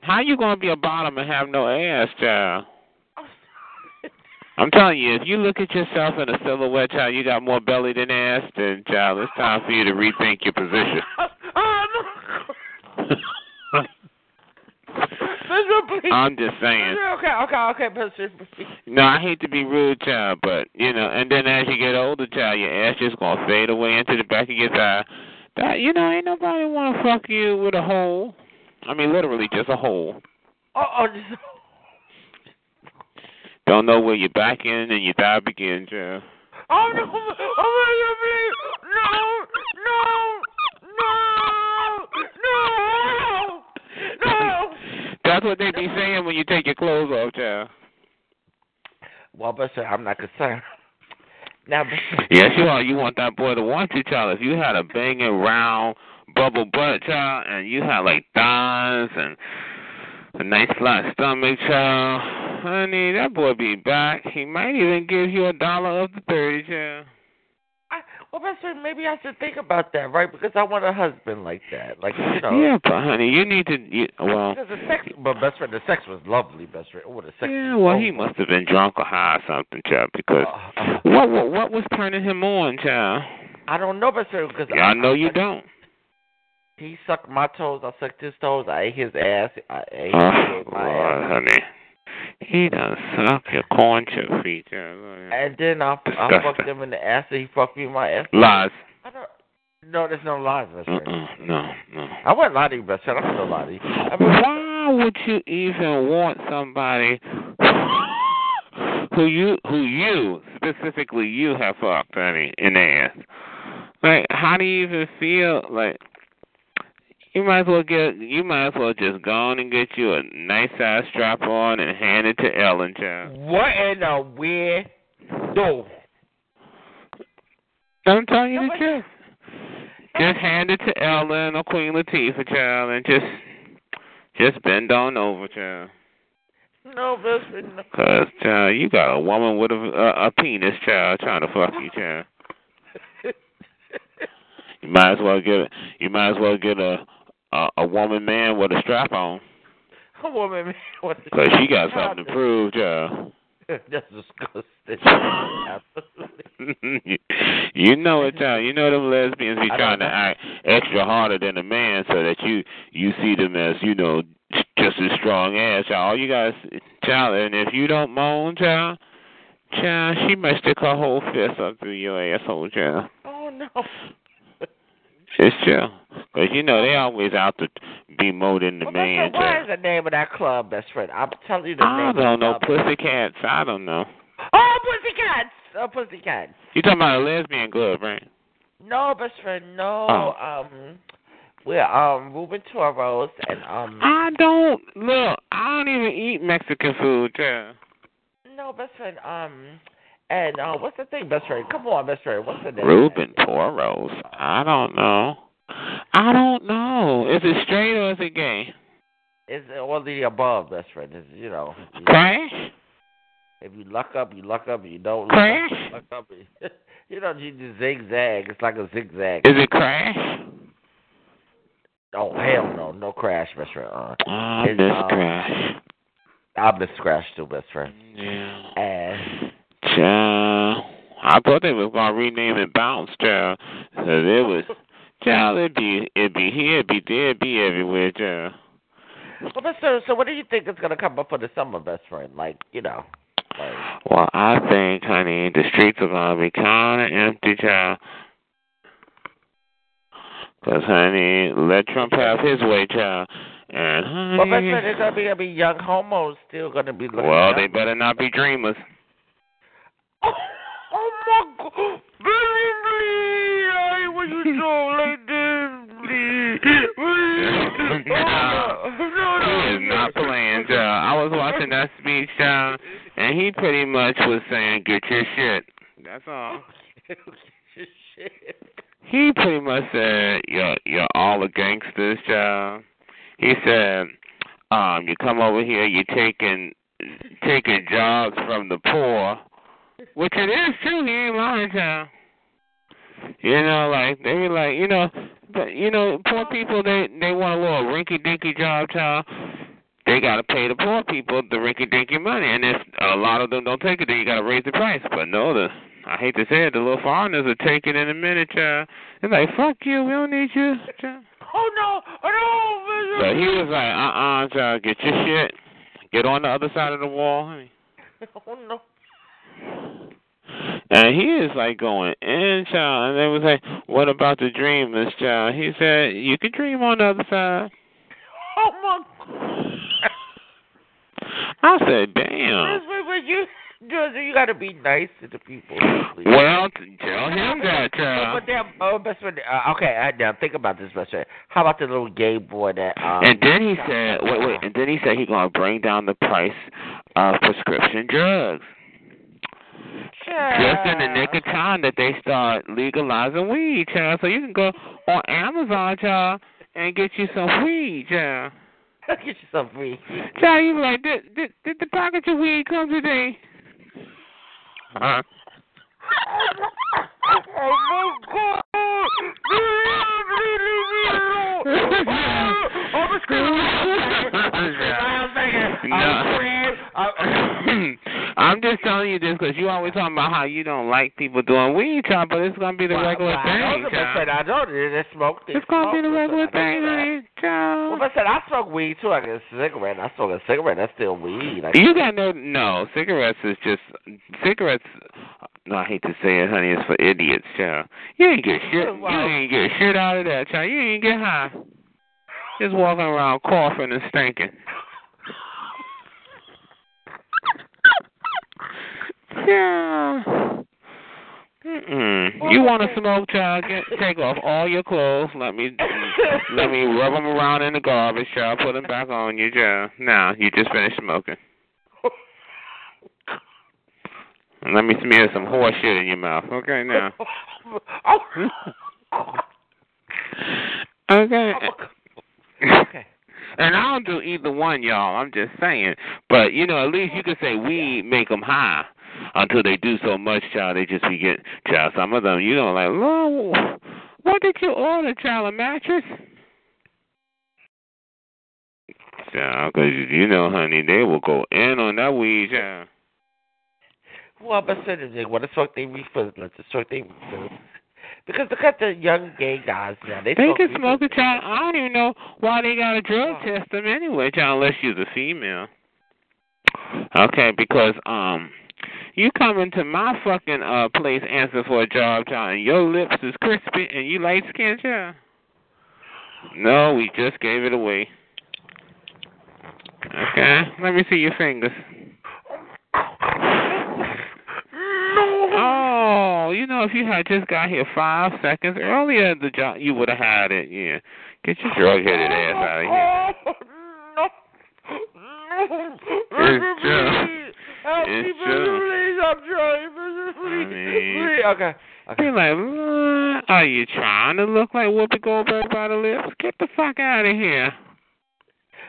[SPEAKER 2] how you gonna be a bottom and have no ass, child? I'm telling you, if you look at yourself in a silhouette, child, you got more belly than ass. Then, child, it's time for you to rethink your position.
[SPEAKER 6] Oh, no. Mister, please.
[SPEAKER 2] I'm just saying.
[SPEAKER 6] Mister, okay, okay, okay, Mister, please.
[SPEAKER 2] No, I hate to be rude, child, but you know, and then as you get older, child, your ass just gonna fade away into the back of your thigh. That you know, ain't nobody wanna fuck you with a hole. I mean, literally just a hole.
[SPEAKER 6] Oh, oh, just,
[SPEAKER 2] Don't know where your back end and your thigh begins. Yeah.
[SPEAKER 6] Oh no! Oh my God, please! No! No! No! No! No!
[SPEAKER 2] That's what they be saying when you take your clothes off, child.
[SPEAKER 6] Well, but sir, I'm not concerned. Now, but-
[SPEAKER 2] Yes, you are. You want that boy to want you, child. If you had a banging round bubble butt, child, and you had like thighs and a nice flat stomach, child, honey, that boy be back. He might even give you a dollar of the thirty, child.
[SPEAKER 6] I, well, but sir, maybe I should think about that, right? Because I want a husband like that, like you know.
[SPEAKER 2] Yeah, but honey, you need to. You, well,
[SPEAKER 6] Because the sex, but best friend, the sex was lovely, best friend. Oh, the sex.
[SPEAKER 2] yeah, well, he must have been drunk or high or something, child. Because
[SPEAKER 6] Uh,
[SPEAKER 2] what what what was turning him on,
[SPEAKER 6] Oh.
[SPEAKER 2] child?
[SPEAKER 6] I don't know, but sir, because
[SPEAKER 2] Yeah, I know you don't.
[SPEAKER 6] He sucked my toes. I sucked his toes. I ate his ass. I ate
[SPEAKER 2] Oh,
[SPEAKER 6] his, my
[SPEAKER 2] Lord,
[SPEAKER 6] ass.
[SPEAKER 2] honey. He done suck your corn chip feet, child.
[SPEAKER 6] And then I, I
[SPEAKER 2] Disgusting.
[SPEAKER 6] fucked him in the ass, and he fucked me in my ass.
[SPEAKER 2] Lies.
[SPEAKER 6] I don't. No, there's no lies, best friend.
[SPEAKER 2] Uh-uh. No, no.
[SPEAKER 6] I wouldn't lie to you, best friend. I'm still lie to you. I mean,
[SPEAKER 2] Why would you even want somebody who you who you specifically you have fucked, honey, in the ass? Like, how do you even feel? Like, you might as well get you might as well just go on and get you a nice ass strap on and hand it to Ellen, child.
[SPEAKER 6] what in a weird do?
[SPEAKER 2] I'm telling you the truth. Just hand it to Ellen or Queen Latifah, child, and just just bend on over, child.
[SPEAKER 6] No, best friend. No.
[SPEAKER 2] Cause child, you got a woman with a a, a penis, child, trying to fuck you, child. You might as well get a, you might as well get a a, a woman man with a strap on,
[SPEAKER 6] A woman, man, what the?
[SPEAKER 2] cause she got something to prove, child.
[SPEAKER 6] That's disgusting.
[SPEAKER 2] you know it, child. You know them lesbians be
[SPEAKER 6] I
[SPEAKER 2] trying
[SPEAKER 6] don't know.
[SPEAKER 2] to act extra harder than a man, so that you you see them as you know just as strong as child. All you guys, child, and if you don't moan, child, child, she might stick her whole fist up through your asshole, child.
[SPEAKER 6] oh no.
[SPEAKER 2] It's true. 'Cause you know they always out to be more than the
[SPEAKER 6] Well,
[SPEAKER 2] man.
[SPEAKER 6] best friend, what
[SPEAKER 2] Child.
[SPEAKER 6] is the name of that club, best friend? I'm telling you the
[SPEAKER 2] I
[SPEAKER 6] name.
[SPEAKER 2] don't know
[SPEAKER 6] of the club.
[SPEAKER 2] pussycats. I don't know.
[SPEAKER 6] Oh, pussycats! Oh, pussycats.
[SPEAKER 2] You talking about a lesbian club, right?
[SPEAKER 6] No, best friend, no.
[SPEAKER 2] Oh.
[SPEAKER 6] Um, we're um Ruben Toros and um
[SPEAKER 2] I don't look. I don't even eat Mexican food. Child.
[SPEAKER 6] no best friend um and uh what's the thing, best friend? Come on, best friend. What's the name?
[SPEAKER 2] Ruben Toros. I don't know. I don't know. Is it straight or is it gay?
[SPEAKER 6] Is all the above, best friend? Is you know you-
[SPEAKER 2] Crash?
[SPEAKER 6] if you luck up, you luck up. If you don't luck
[SPEAKER 2] Crash?
[SPEAKER 6] up, you luck up. you know you just zigzag. It's like a zigzag.
[SPEAKER 2] Is it crash?
[SPEAKER 6] Oh hell no, no crash, best friend. Uh,
[SPEAKER 2] Ah,
[SPEAKER 6] It's,
[SPEAKER 2] this
[SPEAKER 6] um,
[SPEAKER 2] crash.
[SPEAKER 6] I miss crash too, best friend.
[SPEAKER 2] Yeah.
[SPEAKER 6] And
[SPEAKER 2] Child. I thought they was gonna rename it Bounce, child. 'Cause it was child. It be it be here, it be there, it be everywhere, child.
[SPEAKER 6] well, best friend. So what do you think is gonna come up for the summer, best friend? Like you know, like.
[SPEAKER 2] Well, I think, honey, the streets are gonna be kind of empty, child. 'Cause honey, let Trump have his way, child. And honey,
[SPEAKER 6] Well, best friend, there's gonna be, gonna be young homos still gonna be looking.
[SPEAKER 2] well,
[SPEAKER 6] up.
[SPEAKER 2] they better not be dreamers.
[SPEAKER 6] Oh, oh my God, baby, please, I wish you talk like this, please. please. Oh, no,
[SPEAKER 2] He
[SPEAKER 6] no, no.
[SPEAKER 2] is not playing, child. I was watching that speech, child, and he pretty much was saying, "Get your shit." That's all.
[SPEAKER 6] Shit.
[SPEAKER 2] He pretty much said, "You're you're all the gangsters, child." He said, "Um, you come over here, you're taking taking jobs from the poor," which it is true. He ain't lying, child. You know, like they be like, you know, but you know, poor people they they want a little rinky dinky job, child. They gotta pay the poor people the rinky dinky money, and if a lot of them don't take it, then you gotta raise the price. But no, the I hate to say it, the little foreigners are taking in a minute, child. They're like, fuck you, we don't need you. Child.
[SPEAKER 6] Oh no, oh no,
[SPEAKER 2] So he was like, uh uh child, get your shit. Get on the other side of the wall, honey.
[SPEAKER 6] Oh no.
[SPEAKER 2] And he is like going in, child. And they was like, what about the dreamers, child? He said, you can dream on the other side.
[SPEAKER 6] Oh my God.
[SPEAKER 2] I said, damn.
[SPEAKER 6] Best friend, but you Georgia, you gotta be nice to the people. please.
[SPEAKER 2] Well, tell him that,
[SPEAKER 6] Oh,
[SPEAKER 2] child.
[SPEAKER 6] but damn, oh, best friend. Uh, okay, uh, now think about this, best friend. How about the little gay boy that? Um,
[SPEAKER 2] And then he said, wait, wait. And then he said he gonna bring down the price of prescription drugs just in the nick of time that they start legalizing weed, child. So you can go on Amazon, child, and get you some weed, child.
[SPEAKER 6] Get you some weed.
[SPEAKER 2] Child, you be like, did did, did the package of weed come today? Uh, Huh?
[SPEAKER 6] oh my God! Leave me alone! Oh, the
[SPEAKER 2] No. I'm just telling you this because you always talking about how you don't like people doing weed, child, but it's gonna be the regular
[SPEAKER 6] I
[SPEAKER 2] thing,
[SPEAKER 6] know, best
[SPEAKER 2] child.
[SPEAKER 6] friend. I know they smoked it.
[SPEAKER 2] It's gonna be the regular thing, honey, child.
[SPEAKER 6] Well, best friend, I smoke weed too. I get a cigarette. I smoke a cigarette. That's still weed. Like,
[SPEAKER 2] You got no no cigarettes is just cigarettes. No, I hate to say it, honey. It's for idiots, child. You ain't get shit. You ain't get shit out of that, child. You ain't get high. Just walking around coughing and stinking. Yeah. Mm. You want to smoke, child? Get, take off all your clothes. Let me let me rub them around in the garbage, child. Put them back on you, child. Now you just finished smoking. And Let me smear some horse shit in your mouth. Okay, now.
[SPEAKER 6] Oh,
[SPEAKER 2] Okay.
[SPEAKER 6] Okay.
[SPEAKER 2] And I don't do either one, y'all. I'm just saying. But you know, at least you could say we make them high until they do so much, child. They just be getting child. Some of them, you know, like, Lord, what did you order, child? A mattress? Child, 'cause you know, honey, they will go in on that weed, child.
[SPEAKER 6] Well, but so did they want to smoke their reefer, let them smoke their reefer. Because look at the young gay guys now. They,
[SPEAKER 2] They
[SPEAKER 6] smoke
[SPEAKER 2] can
[SPEAKER 6] reefer.
[SPEAKER 2] smoke a child. I don't even know why they got to drug test them anyway, child, unless you're the female. Okay, because um, you come into my fucking uh place answering for a job, child, and your lips is crispy and you light skinned, child. No, we just gave it away. Okay, let me see your fingers. Oh, you know, if you had just got here five seconds earlier, the job you would have had it. Yeah, get your drug headed ass out of here. It's just, it's just.
[SPEAKER 6] Please, I'm trying. Please,
[SPEAKER 2] I mean,
[SPEAKER 6] please. Okay.
[SPEAKER 2] Be like, "What? are you trying to look like Whoopi Goldberg by the lips? Get the fuck out of here.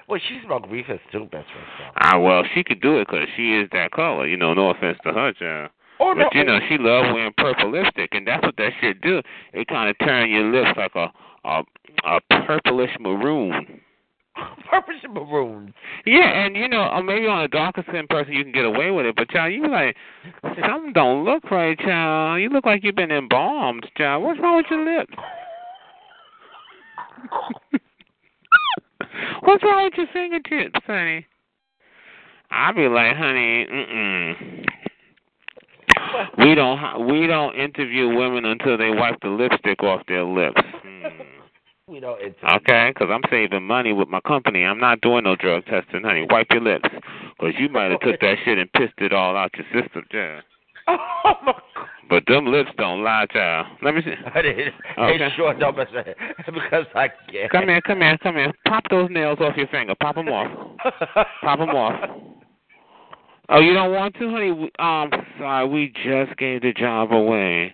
[SPEAKER 6] Well, she smoked reefers too, best friend. so.
[SPEAKER 2] Ah, well, she could do it 'cause she is that color. You know, no offense to her, child.
[SPEAKER 6] Oh,
[SPEAKER 2] but
[SPEAKER 6] no.
[SPEAKER 2] you know, she love wearing purple lipstick, and that's what that shit do. It kind of turn your lips like a a a purplish maroon.
[SPEAKER 6] Purple and maroon.
[SPEAKER 2] Yeah, and you know, or maybe on a darker skinned person you can get away with it, but child, you like something don't look right, child. You look like you've been embalmed, child. What's wrong with your lips? What's wrong with your fingertips, honey? i be like, honey, mm mm. We don't ha- we don't interview women until they wipe the lipstick off their lips. Hmm.
[SPEAKER 6] We don't. It's
[SPEAKER 2] Okay, because I'm saving money with my company. I'm not doing no drug testing, honey. Wipe your lips, because you might have took that shit and pissed it all out your system, yeah.
[SPEAKER 6] Oh my
[SPEAKER 2] But them lips don't lie, child. Let me see.
[SPEAKER 6] God. They
[SPEAKER 2] Okay.
[SPEAKER 6] sure don't, best friend. Because I can't.
[SPEAKER 2] Come here, come here, come here. Pop those nails off your finger. Pop them off. Pop them off. Oh, you don't want to, honey? We, um, sorry, we just gave the job away.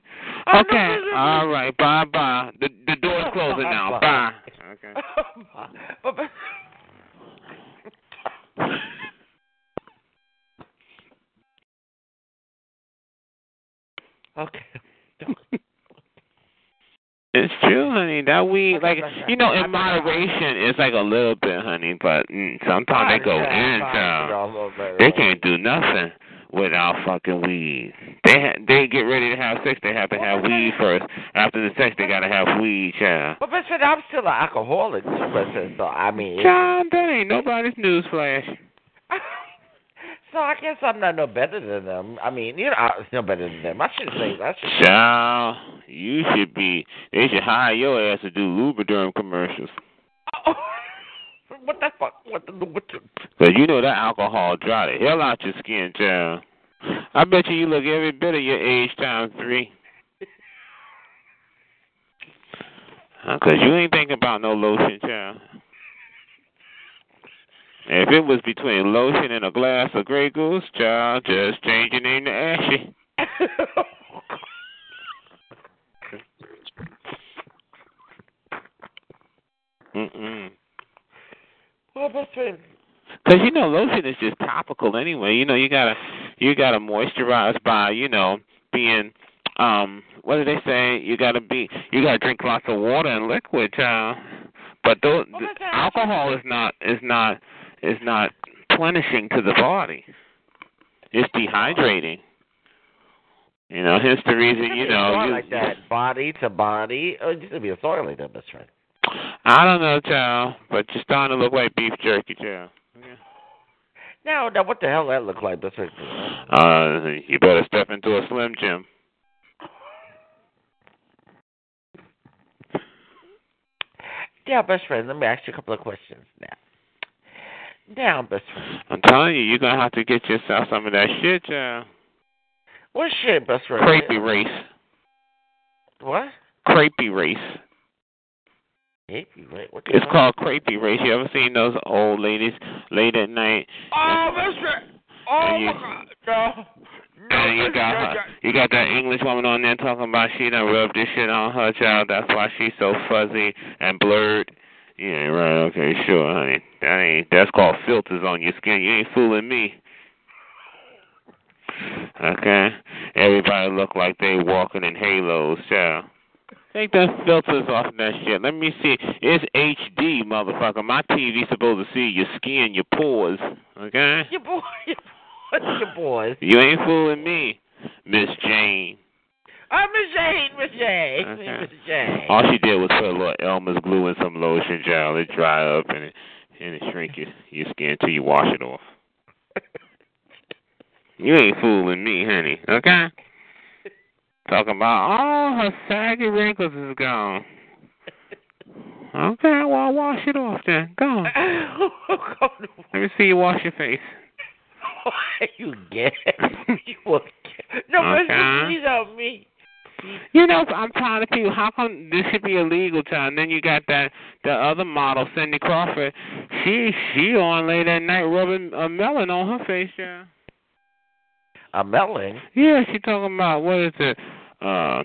[SPEAKER 2] Okay, all right, bye, bye. The the door's closing now. Bye. Okay.
[SPEAKER 6] But, but, okay.
[SPEAKER 2] It's true, honey. That weed, like
[SPEAKER 6] okay.
[SPEAKER 2] you know, in moderation, it's like a little bit, honey. But mm, sometimes they go in, child. They can't do nothing without fucking weed. They ha- they get ready to have sex. They have to have weed first. After the sex, they gotta have weed, child.
[SPEAKER 6] But best friend, I'm still an alcoholic too, best friend. So I mean,
[SPEAKER 2] Child, that ain't nobody's newsflash.
[SPEAKER 6] so I guess I'm not no better than them. I mean, you know, I'm no better than them. I should say I should.
[SPEAKER 2] Child, you should be. They should hire your ass to do Lubriderm commercials.
[SPEAKER 6] What the fuck? What the? What the
[SPEAKER 2] Cause you know that alcohol dry the hell out your skin, child. I bet you you look every bit of your age times three. Huh, 'cause you ain't thinking about no lotion, child. If it was between lotion and a glass of Grey Goose, child, just change your name to Ashy. Mm-mm.
[SPEAKER 6] Well, best friend.
[SPEAKER 2] Cause you know lotion is just topical anyway. You know you gotta you gotta moisturize by you know being um what do they say? You gotta be you gotta drink lots of water and liquid. Uh, but those, alcohol is not is not is not plenishing to the body. It's dehydrating. You know, hence the reason you know.
[SPEAKER 6] Sorry
[SPEAKER 2] You,
[SPEAKER 6] like that, body to body. Oh, it used to be a story like that, best friend.
[SPEAKER 2] I don't know, child, but you're starting to look like beef jerky, child.
[SPEAKER 6] Now, now, what the hell that look like, best friend?
[SPEAKER 2] Uh, you better step into a slim jim.
[SPEAKER 6] Yeah, best friend. Let me ask you a couple of questions now. Now, best friend.
[SPEAKER 2] I'm telling you, you're gonna have to get yourself some of that shit, child.
[SPEAKER 6] What shit, best friend?
[SPEAKER 2] Crepey race.
[SPEAKER 6] What?
[SPEAKER 2] Crepey race.
[SPEAKER 6] Crepey race. What the
[SPEAKER 2] It's
[SPEAKER 6] hell?
[SPEAKER 2] called crepey race. You ever seen those old ladies late at night?
[SPEAKER 6] Oh, best friend. Oh
[SPEAKER 2] And you-
[SPEAKER 6] my God.
[SPEAKER 2] And Oh, you got her, you got that English woman on there talking about she done rubbed this shit on her child. That's why she's so fuzzy and blurred. Yeah, right. Okay, sure, honey. That ain't. That's called filters on your skin. You ain't fooling me. Okay. Everybody look like they walking in halos, child. Take the filters off of that shit. Let me see. It's HD, motherfucker. My TV supposed to see your skin, your pores. Okay.
[SPEAKER 6] Your boy. Your boy. Your boy.
[SPEAKER 2] You ain't fooling me, Miss Jane.
[SPEAKER 6] Oh, Miss Jane. Miss Jane. Miss Jane.
[SPEAKER 2] All she did was put a little Elmer's glue and some lotion gel. It dry up and it and it shrink your your skin till you wash it off. You ain't fooling me, honey. Okay. Talking about all her saggy wrinkles is gone. Okay, well wash it off then. Go on. Let me see you wash your face.
[SPEAKER 6] you gay? you were gay. No, best friend,
[SPEAKER 2] Okay.
[SPEAKER 6] please help me.
[SPEAKER 2] You know, I'm tired of people. How come this should be illegal, child? And then you got that the other model, Cindy Crawford. She she on late at night rubbing a melon on her face, yeah.
[SPEAKER 6] A melon.
[SPEAKER 2] Yeah, she talking about what is it? Uh,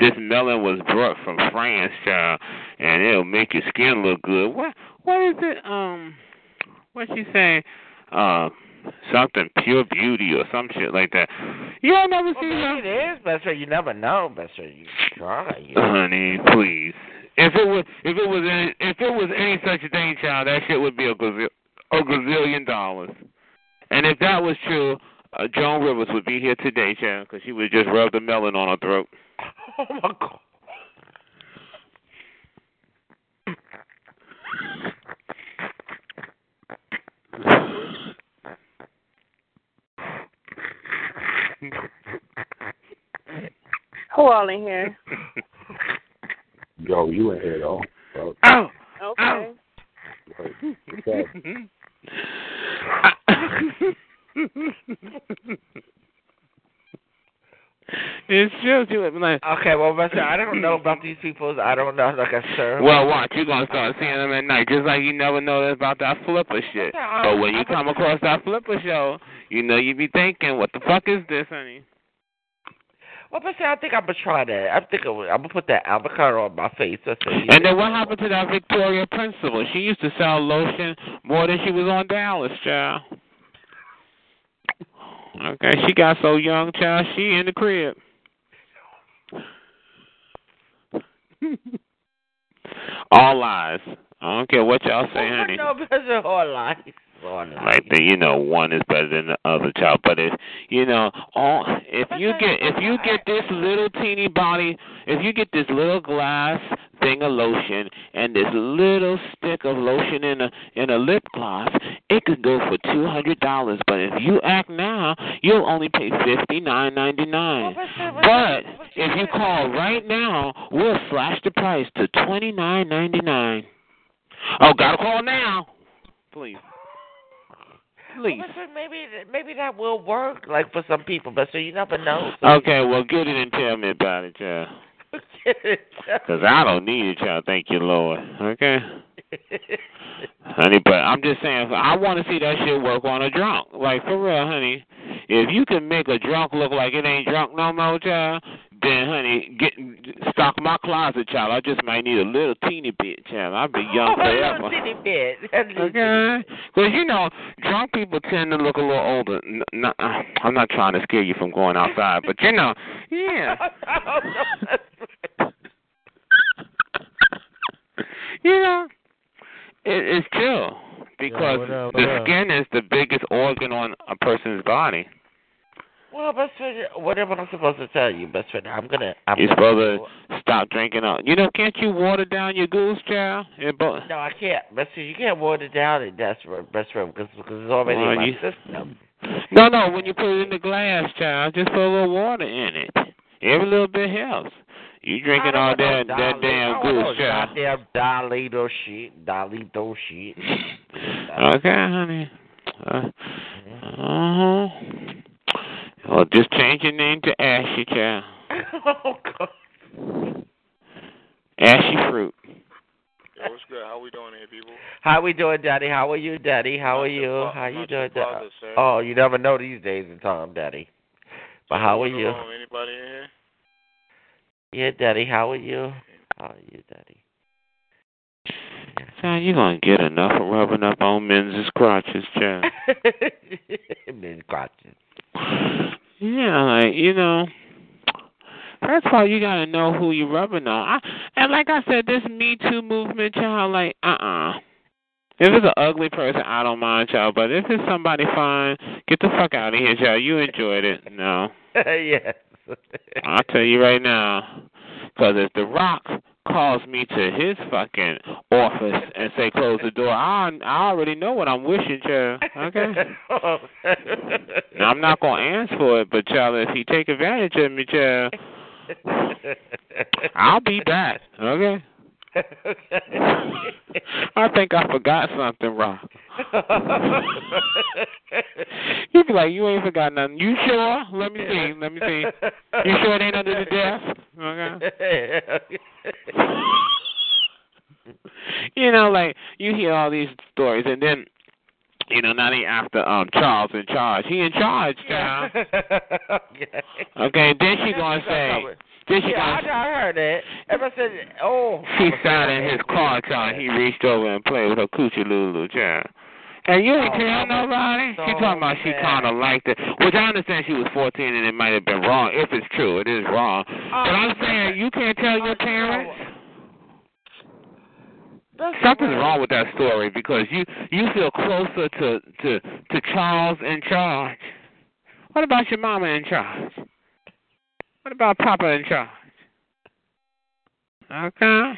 [SPEAKER 2] this melon was brought from France, child, and it'll make your skin look good. What what is it? Um, what she saying? Uh, something pure beauty or some shit like that. You don't never
[SPEAKER 6] see well, maybe It is, best friend. You never know, best friend. You try. You
[SPEAKER 2] Honey, please. If it was if it was any, if it was any such a thing, child, that shit would be a gazillion, a gazillion dollars. And if that was true, uh, Joan Rivers would be here today, child, because she would just rub the melon on her throat.
[SPEAKER 6] Oh my god.
[SPEAKER 4] Who all in here?
[SPEAKER 5] Yo, you ain't here at all.
[SPEAKER 2] Oh.
[SPEAKER 4] Okay.
[SPEAKER 2] It's just you like
[SPEAKER 6] Okay, well, best friend, I don't know about these people. I don't know, like I said.
[SPEAKER 2] Well, watch, you're gonna start seeing them at night, just like you never know about that flipper shit. But when you come across that flipper show, you know you be thinking, what the fuck is this, honey?
[SPEAKER 6] Well, best friend, I think I'm gonna try that. I think I'm gonna put that avocado on my face. That's it.
[SPEAKER 2] And then what happened to that Victoria Principal? She used to sell lotion more than she was on Dallas, child. Okay, she got so young, child, she in the crib. All lies. I don't care what y'all say, honey.
[SPEAKER 6] No, best friend, all lies. All lies.
[SPEAKER 2] like the you know one is better than the other child but if you know all if you get if you get this little teeny body if you get this little glass thing of lotion and this little stick of lotion in a in a lip gloss it could go for two hundred dollars but if you act now you'll only pay fifty nine ninety nine Hmm. but if you call right now we'll slash the price to twenty nine ninety nine oh gotta call now please Please.
[SPEAKER 6] Listen, maybe maybe that will work, like for some people, but so you never know.
[SPEAKER 2] Okay, well, get it and tell me about it, child. Because I don't need it, child. Thank you, Lord. Okay? honey, but I'm just saying, I want to see that shit work on a drunk. Like, for real, honey. If you can make a drunk look like it ain't drunk no more, child, then, honey, get stock my closet, child. I just might need a little teeny bit, child. I'll be
[SPEAKER 6] Oh,
[SPEAKER 2] young forever.
[SPEAKER 6] City bit.
[SPEAKER 2] Okay. Well, you know, drunk people tend to look a little older. N- n- I'm not trying to scare you from going outside, but you know, yeah.
[SPEAKER 6] Oh,
[SPEAKER 2] you know, it, it's true because
[SPEAKER 11] what up, what
[SPEAKER 2] the
[SPEAKER 11] up?
[SPEAKER 2] skin is the biggest organ on a person's body.
[SPEAKER 6] Well, best friend, what am I supposed to tell you, best friend? I'm gonna. I'm
[SPEAKER 2] You're
[SPEAKER 6] gonna,
[SPEAKER 2] supposed to stop drinking up. You know, can't you water down your goose, child? It bo-
[SPEAKER 6] No, I can't, best friend. You can't water down it. That's right, best friend, because because it's already
[SPEAKER 2] Well,
[SPEAKER 6] in my
[SPEAKER 2] you-
[SPEAKER 6] system.
[SPEAKER 2] No, no. When you put it in the glass, child, just put a little water in it. Every little bit helps. You drinking all that that damn goose, child.
[SPEAKER 6] Goddamn Dolito shit, Dolito shit.
[SPEAKER 2] Okay, honey. Uh huh. Well, just change your name to Ashy, child.
[SPEAKER 6] oh God.
[SPEAKER 2] Ashy fruit.
[SPEAKER 12] Yo, what's good? How we doing here, people?
[SPEAKER 6] How we doing, Daddy? How are you, Daddy? How are you? How you doing, Daddy? Oh, you never know these days in time, Daddy. But how are
[SPEAKER 12] What's
[SPEAKER 6] you?
[SPEAKER 12] going on? Anybody in here?
[SPEAKER 6] Yeah, Daddy. How are you? How are you, Daddy?
[SPEAKER 2] Child, you gonna get enough of rubbing up on men's crotches, child.
[SPEAKER 6] Miss Crotchet.
[SPEAKER 2] Yeah, like you know. First of all, you gotta know who you rubbing on. I, and like I said, this Me Too movement, child, like uh uh If it's an ugly person, I don't mind, child. But if it's somebody fine, get the fuck out of here, child. You enjoyed it, no.
[SPEAKER 6] yes.
[SPEAKER 2] I'll tell you right now. 'Cause if The Rock calls me to his fucking office and say close the door, I I already know what I'm wishing, child. Okay. Now, I'm not gonna answer for it, but child, if he take advantage of me, child, I'll be back. Okay. I think I forgot something, Rock. You be like, you ain't forgot nothing. You sure? Let me see. Let me see. You sure it ain't under the desk? you know, like you hear all these stories, and then you know now they after um Charles in charge. He in charge now. Okay, then she gonna say then she
[SPEAKER 6] yeah,
[SPEAKER 2] gonna
[SPEAKER 6] I, I heard it. Ever said, oh,
[SPEAKER 2] she sat in his car, child. He reached over and played with her coochie lulu, child. And you
[SPEAKER 6] Oh,
[SPEAKER 2] ain't tell nobody. She talking about she kind of liked it, which I understand she was 14 and it might have been wrong. If it's true, it is wrong.
[SPEAKER 6] Oh,
[SPEAKER 2] but I'm saying you can't tell your parents. Something's wrong with that story because you you feel closer to to to Charles in charge. What about your mama in charge? What about Papa in charge? Okay.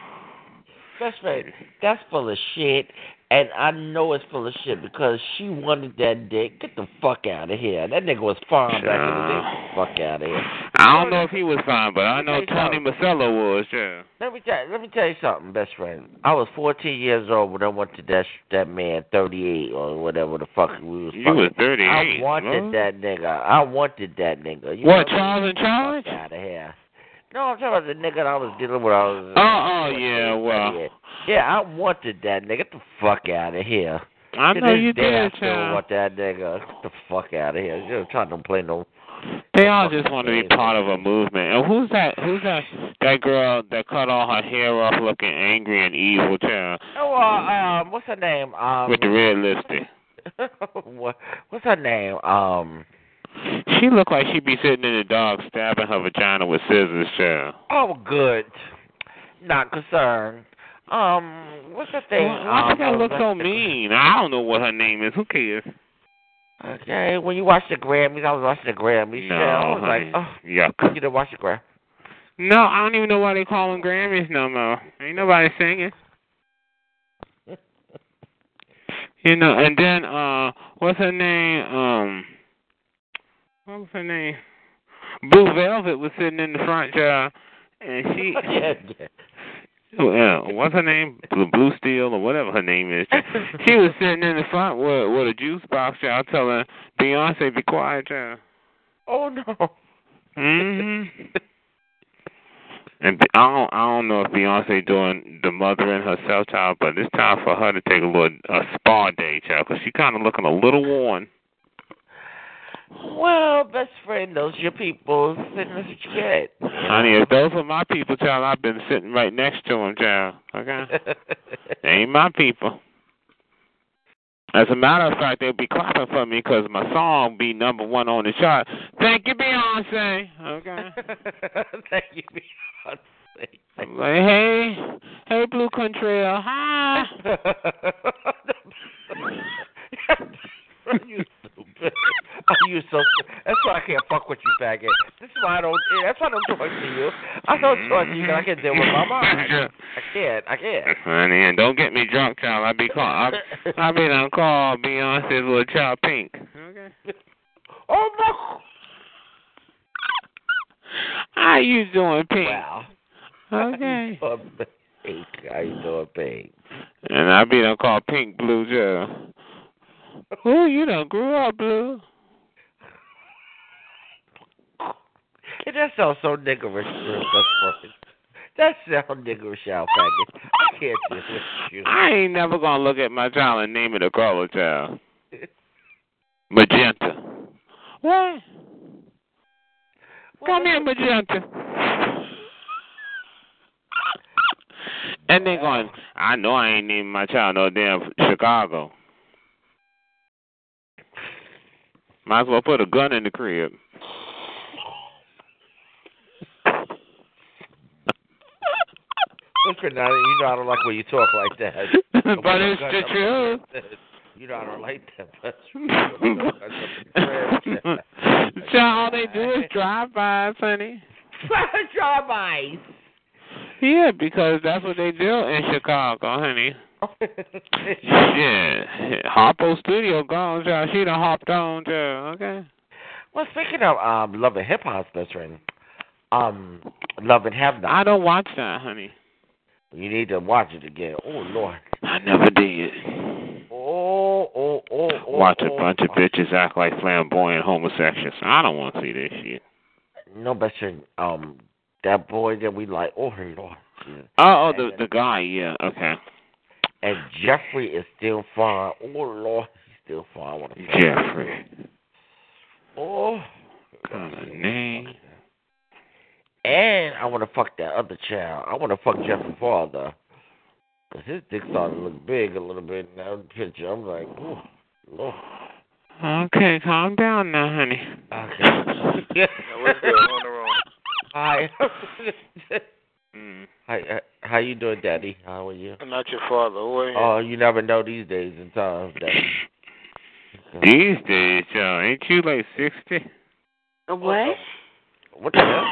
[SPEAKER 6] That's right. That's full of shit. And I know it's full of shit because she wanted that dick. Get the fuck out of here. That nigga was fine back in the day. Fuck out of here.
[SPEAKER 2] I don't know if he was fine, but I know
[SPEAKER 6] Okay, so-
[SPEAKER 2] Tony Masello was. Yeah.
[SPEAKER 6] Let me tell let me tell you something, best friend. I was 14 years old when I went to that that man 38 or whatever the fuck we was.
[SPEAKER 2] You
[SPEAKER 6] fucking.
[SPEAKER 2] was 38,
[SPEAKER 6] I wanted
[SPEAKER 2] huh?
[SPEAKER 6] that nigga. I wanted that nigga. You
[SPEAKER 2] What,
[SPEAKER 6] know
[SPEAKER 2] Charles in charge?
[SPEAKER 6] Out of here. No, I'm talking about the nigga that I was dealing with. I was.
[SPEAKER 2] Oh, oh yeah. Well,
[SPEAKER 6] Yeah, I wanted that nigga. Get the fuck out of here.
[SPEAKER 2] I
[SPEAKER 6] To
[SPEAKER 2] know
[SPEAKER 6] this
[SPEAKER 2] you
[SPEAKER 6] day,
[SPEAKER 2] did,
[SPEAKER 6] I still
[SPEAKER 2] child.
[SPEAKER 6] want that nigga. Get the fuck out of here. You're trying to play no.
[SPEAKER 2] they all just want to be part of a movement. And who's that? Who's that? That girl that cut all her hair off, looking angry and evil, child,
[SPEAKER 6] Oh, uh, um, what's her name? Um,
[SPEAKER 2] with the red lipstick.
[SPEAKER 6] what, what's her name? Um.
[SPEAKER 2] She looked like she'd be sitting in the dog, stabbing her vagina with scissors, child.
[SPEAKER 6] Oh, good. Not concerned. Um, what's the thing?
[SPEAKER 2] Why
[SPEAKER 6] um,
[SPEAKER 2] does that look so mean? I don't know what her name is. Who cares?
[SPEAKER 6] Okay, when you watch the Grammys, I was watching the Grammys.
[SPEAKER 2] No,
[SPEAKER 6] yeah, I was
[SPEAKER 2] honey.
[SPEAKER 6] like, oh,
[SPEAKER 2] Yuck.
[SPEAKER 6] you didn't watch the Grammys.
[SPEAKER 2] No, I don't even know why they call them Grammys no more. Ain't nobody singing. You know, and then uh what's her name? Um what was her name? Blue Velvet was sitting in the front, child, and she
[SPEAKER 6] yeah, yeah.
[SPEAKER 2] yeah, what's her name? Blue Blue Steel or whatever her name is. She was sitting in the front with with a juice box. Y'all telling Beyonce be quiet, child.
[SPEAKER 6] Oh no.
[SPEAKER 2] hmm And I don't, I don't know if Beyonce doing the mothering herself, child, but it's time for her to take a little a spa day, child, because she kind of looking a little worn.
[SPEAKER 6] Well, best friend, those your people. Sitting what you get.
[SPEAKER 2] Honey, if those are my people, child, I've been sitting right next to them, child. Okay, they ain't my people. As a matter of fact, they'll be clapping for me because my song be number one on the chart. Thank you, Beyonce. Okay.
[SPEAKER 6] Thank you, Beyonce.
[SPEAKER 2] I'm like, hey, hey, Blue uh-huh. Contrail, hi.
[SPEAKER 6] you stupid. Oh, you so. That's why I can't fuck with you, faggot. This is why I don't. That's why I don't talk to you. I don't talk to you. 'cause I can deal with my mind. I can't. I can't.
[SPEAKER 2] Honey, and don't get me drunk, child. I be call. I, I be on call Beyonce's little child pink. Okay.
[SPEAKER 6] Oh no.
[SPEAKER 2] How you doing, pink?
[SPEAKER 6] Wow.
[SPEAKER 2] Okay.
[SPEAKER 6] How you doing, pink? How you doing, pink?
[SPEAKER 2] And I be on call pink blue child. Ooh, you done grew up, blue.
[SPEAKER 6] And that sounds so niggerish, real best friend. That sounds niggerish, y'all faggot. I can't deal with you.
[SPEAKER 2] I ain't never gonna look at my child and name it a color, child. Magenta. What? Come here, magenta. And they going, I know I ain't naming my child no damn Chicago. Might as well put a gun in the crib.
[SPEAKER 6] Listen, now, you know I don't like when you talk like that.
[SPEAKER 2] But it's the truth.
[SPEAKER 6] You know I don't like that. But it's true.
[SPEAKER 2] So all they do is drive bys, honey.
[SPEAKER 6] Draw mice.
[SPEAKER 2] Yeah, because that's what they do in Chicago, honey. Yeah. Harpo Studio gone, child. She done hopped on, child. Okay.
[SPEAKER 6] Well, speaking of um, love and hip hop's best friend, um, love and have not.
[SPEAKER 2] I don't watch that, honey.
[SPEAKER 6] You need to watch it again. Oh Lord.
[SPEAKER 2] I never did.
[SPEAKER 6] Oh oh oh. oh
[SPEAKER 2] Watch a
[SPEAKER 6] oh.
[SPEAKER 2] bunch of bitches act like flamboyant homosexuals. I don't want to see this shit.
[SPEAKER 6] No, best friend. Um, that boy that we like. Oh Lord.
[SPEAKER 2] Oh, oh the the guy, yeah, okay.
[SPEAKER 6] And Jeffrey is still fine. Oh Lord, he's still fine. I wanna say.
[SPEAKER 2] Jeffrey.
[SPEAKER 6] Oh.
[SPEAKER 2] Kind of name.
[SPEAKER 6] And I want to fuck that other child. I want to fuck Jeffrey's father. Cause his dick started to look big a little bit in that picture. I'm like, oh, Lord.
[SPEAKER 2] Okay, calm down now, honey.
[SPEAKER 6] Okay. yeah,
[SPEAKER 12] what's good? On the road.
[SPEAKER 6] Hi.
[SPEAKER 2] Mm.
[SPEAKER 6] hi. uh, How you doing, Daddy? How are you?
[SPEAKER 12] I'm not your father. Who are you?
[SPEAKER 2] Uh,
[SPEAKER 6] Oh, you never know these days and times, Daddy.
[SPEAKER 2] These days, y'all, ain't you like 60?
[SPEAKER 4] What?
[SPEAKER 6] What the hell?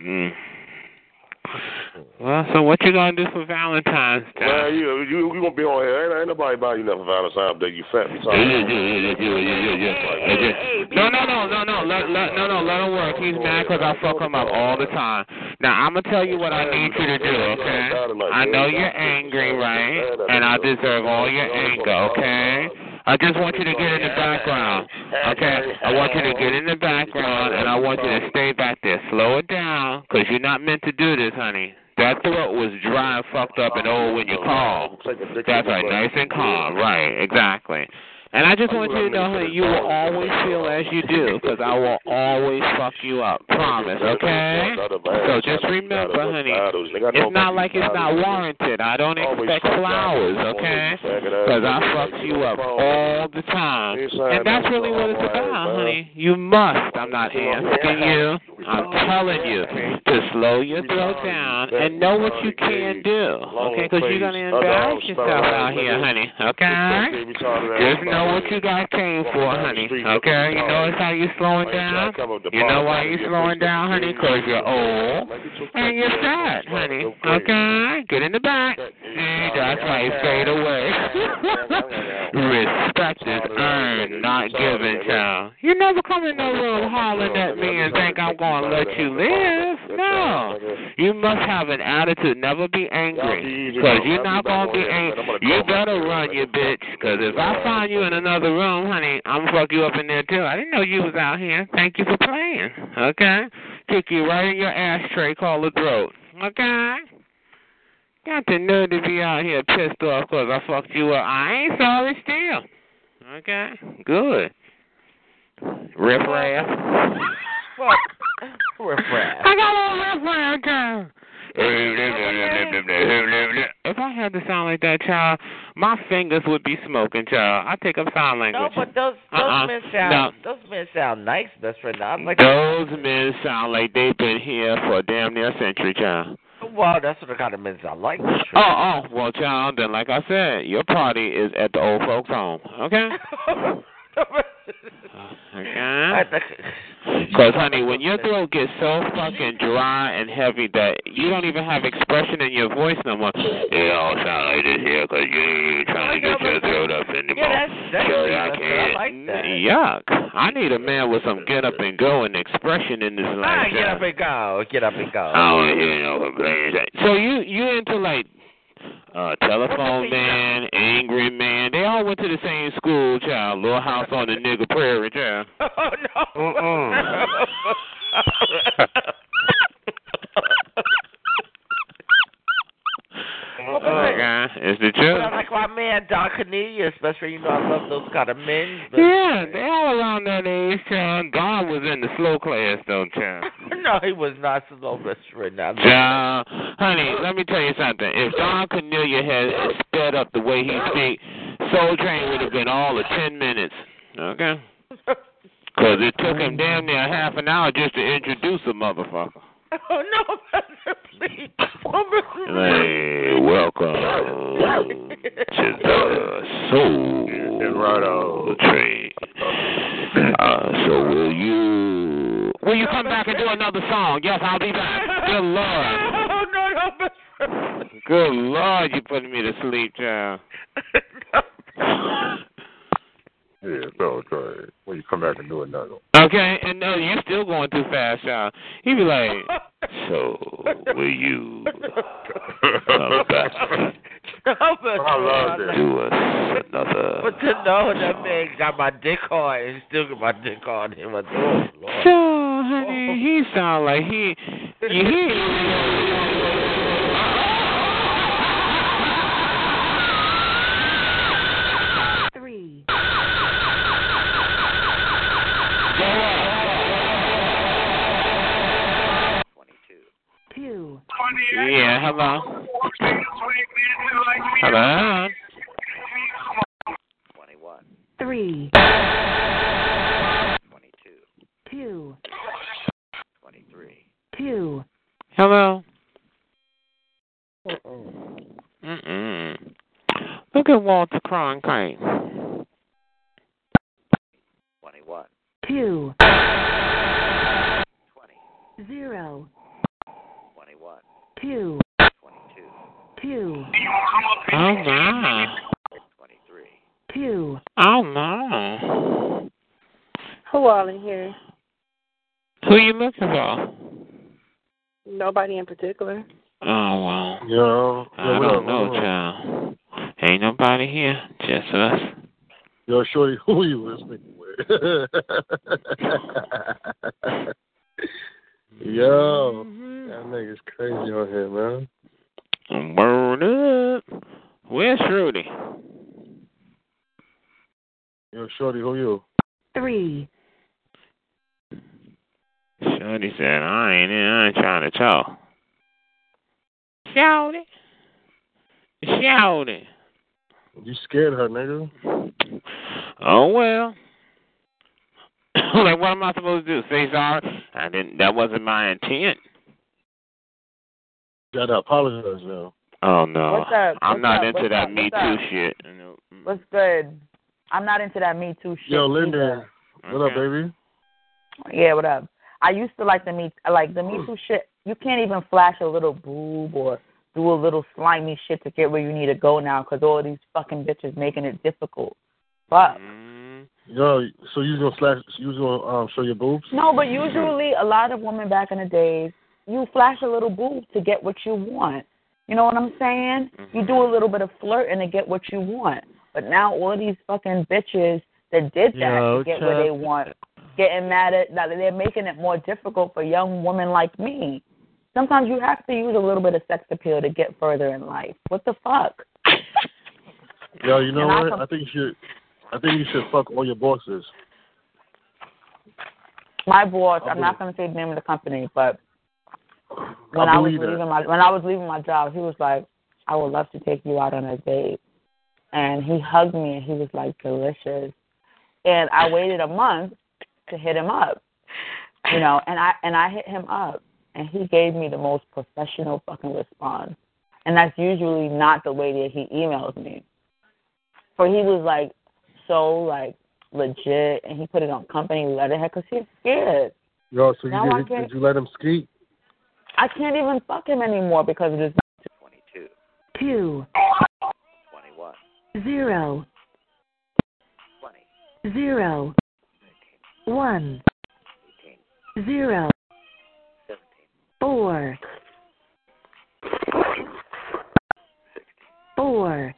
[SPEAKER 2] Mm. Well, so what you gonna do for Valentine's
[SPEAKER 5] Well,
[SPEAKER 2] Day?
[SPEAKER 5] you, you, you won't be on here. Ain't, ain't nobody buying you nothing for Valentine's Day. You fat. You talking about-
[SPEAKER 2] No, no, no, no, no, let, let, no, no, let him work. He's mad 'cause I fuck him up all the time. Now I'm gonna tell you what I need you to do, okay? I know you're angry, right? And I deserve all your anger, okay? I just want you to get in the background, okay? I want you to get in the background, and I want you to stay back there. Slow it down, cause you're not meant to do this, honey. That throat was dry, and fucked up, and old when you call.
[SPEAKER 5] Take a dick in
[SPEAKER 2] That's
[SPEAKER 5] your
[SPEAKER 2] right,
[SPEAKER 5] butt.
[SPEAKER 2] nice and calm, right? Exactly. And I just want you to know, honey, you will always feel as you do, because I will always fuck you up. Promise, okay? So just remember, honey, it's not like it's not warranted. I don't expect flowers, okay? Because I fuck you up all the time. And that's really what it's about, honey. You must. I'm not asking you. I'm telling you to slow your throat down and know what you can do, okay? Because you're going to embarrass yourself out here, honey, okay? Just know know what you guys came for, honey. Okay? You know it's how you slowing down. You know why you slowing down, honey? Because you're old and you're fat, honey. Okay? Get in the back. See, that's why you fade away. Respect is earned, not given, child. You never come in no room hollering at me and think I'm going to let you live. No. You must have an attitude. Never be angry. Because you're not going to be angry. You better run, you bitch. Because if I find you in another room, honey, I'm going to fuck you up in there, too. I didn't know you was out here. Thank you for playing. Okay? Kick you right in your ashtray, call the throat. Okay? Got the nerve to be out here pissed off 'cause I fucked you up. I ain't sorry still. Okay? Good. Riff raff. I got all riff raff down. If I had to sound like that, child, my fingers would be smoking, child. I take up sign
[SPEAKER 6] No,
[SPEAKER 2] language.
[SPEAKER 6] but those those
[SPEAKER 2] Uh-uh.
[SPEAKER 6] men
[SPEAKER 2] No.
[SPEAKER 6] sound those men sound nice, best friend. I'm like
[SPEAKER 2] Those men sound like they've been here for damn near a century, child.
[SPEAKER 6] Well, that's what the kind of men I like.
[SPEAKER 2] Oh, oh, well, child, then like I said, your party is at the old folks' home, okay? Okay? Because, honey, when your throat gets so fucking dry and heavy that you don't even have expression in your voice no more, it all sound like this here because you ain't even trying to get your throat up anymore.
[SPEAKER 6] Yeah, that's that's
[SPEAKER 2] so
[SPEAKER 6] I,
[SPEAKER 2] I can't.
[SPEAKER 6] like that.
[SPEAKER 2] Yuck. I need a man with some get up and go and expression in his
[SPEAKER 6] Ah,
[SPEAKER 2] life.
[SPEAKER 6] get
[SPEAKER 2] child.
[SPEAKER 6] up and go. Get up and go.
[SPEAKER 2] I don't wanna hear no complaints. So you you into like uh telephone man, angry man. They all went to the same school, child. Little house on the nigga prairie, child.
[SPEAKER 6] Oh no.
[SPEAKER 2] Oh, God. It's the
[SPEAKER 6] But I
[SPEAKER 2] truth.
[SPEAKER 6] like my man Don Cornelius, best friend. You know I love those kind of men. But
[SPEAKER 2] Yeah, they all around that age, child. uh, God was in the slow class though, child.
[SPEAKER 6] no, he was not so best friend. I love
[SPEAKER 2] Child, honey, let me tell you something. If Don Cornelia had sped up the way he speak, Soul Train would have been all of ten minutes. Okay. Because it took him damn near half an hour just to introduce a motherfucker.
[SPEAKER 6] Oh no, brother, please.
[SPEAKER 2] Hey, welcome to the Soul Train. Uh, so will you? Will you come back and do another song? Yes, I'll be back. Good lord.
[SPEAKER 6] Oh no, no, best friend.
[SPEAKER 2] Good lord, you putting me to sleep, child.
[SPEAKER 7] Yeah, so sorry. When you come back and do another one.
[SPEAKER 2] Okay, and no, you're still going too fast, child. He be like, so will you come back
[SPEAKER 6] No, best
[SPEAKER 7] I
[SPEAKER 6] friend,
[SPEAKER 7] love
[SPEAKER 6] I
[SPEAKER 2] do us another?
[SPEAKER 6] But to know that man got my dick hard and still got my dick hard in my throat, Lord.
[SPEAKER 2] So, honey, he sound like he he.
[SPEAKER 3] Three. Two.
[SPEAKER 2] Yeah, hello. Hello.
[SPEAKER 3] Three. Two. Two.
[SPEAKER 2] Hello. Mm-mm. Look at Walter Cronkite.
[SPEAKER 3] Two. Zero. Two. Two.
[SPEAKER 2] Oh my.
[SPEAKER 3] Two.
[SPEAKER 2] Oh my.
[SPEAKER 4] Who all in here?
[SPEAKER 2] Who you looking for?
[SPEAKER 4] Nobody in particular.
[SPEAKER 2] Oh well.
[SPEAKER 7] Yo,
[SPEAKER 2] I
[SPEAKER 7] yo, what up,
[SPEAKER 2] don't know,
[SPEAKER 7] what up?
[SPEAKER 2] child. Ain't nobody here. Just us.
[SPEAKER 7] Yo, Shorty, who you listening with?
[SPEAKER 10] Oh.
[SPEAKER 7] yo, that nigga's crazy on here, man.
[SPEAKER 2] Word up. Where's Rudy?
[SPEAKER 7] Yo, Shorty, who you?
[SPEAKER 3] Three.
[SPEAKER 2] Shorty said, I ain't in. I ain't trying to talk. Shout it. Shout it.
[SPEAKER 7] You scared her, nigga.
[SPEAKER 2] Oh well. like what am I supposed to do? Say sorry? I didn't that wasn't my intent.
[SPEAKER 7] Gotta apologize now.
[SPEAKER 2] Oh no.
[SPEAKER 10] What's up?
[SPEAKER 2] I'm
[SPEAKER 10] What's
[SPEAKER 2] not
[SPEAKER 10] up?
[SPEAKER 2] into
[SPEAKER 10] What's
[SPEAKER 2] that
[SPEAKER 10] up? What's
[SPEAKER 2] me too
[SPEAKER 10] up?
[SPEAKER 2] shit.
[SPEAKER 10] What's good? I'm not into that Me Too shit.
[SPEAKER 7] Yo,
[SPEAKER 10] either.
[SPEAKER 7] Linda, what up, baby?
[SPEAKER 10] Yeah, what up? I used to like the me like the Me Too shit. You can't even flash a little boob or do a little slimy shit to get where you need to go now because all these fucking bitches making it difficult. Fuck.
[SPEAKER 7] Yo, so you was gonna slash? You was gonna um, show your boobs?
[SPEAKER 10] No, but usually a lot of women back in the days, you flash a little boob to get what you want. You know what I'm saying? You
[SPEAKER 11] Mm-hmm.
[SPEAKER 10] do a little bit of flirting to get what you want. But now all these fucking bitches that did that
[SPEAKER 11] Yo,
[SPEAKER 10] to get what they
[SPEAKER 11] Chuck.
[SPEAKER 10] want, getting mad at now they're making it more difficult for young women like me. Sometimes you have to use a little bit of sex appeal to get further in life. What the fuck?
[SPEAKER 7] Yo, you know
[SPEAKER 10] And I
[SPEAKER 7] what?
[SPEAKER 10] com-
[SPEAKER 7] I think you should. I think you should fuck all your bosses.
[SPEAKER 10] my boss. I'm not going to say the name of the company, but when I, was
[SPEAKER 7] believe it.
[SPEAKER 10] leaving my when I was leaving my job, he was like, "I would love to take you out on a date," and he hugged me and he was like, "Delicious." And I waited a month to hit him up, you know, and I and I hit him up, and he gave me the most professional fucking response, and that's usually not the way that he emails me. For he was like so like legit, and he put it on company letterhead because he's scared.
[SPEAKER 7] Yo, so
[SPEAKER 10] Now I
[SPEAKER 7] you did,
[SPEAKER 10] can't-
[SPEAKER 7] did you let him skeet?
[SPEAKER 10] I can't even fuck him anymore because it is
[SPEAKER 3] Twenty-two. Two.
[SPEAKER 8] Twenty-one.
[SPEAKER 3] Zero. Zero. One. Zero. Four. Four.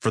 [SPEAKER 11] For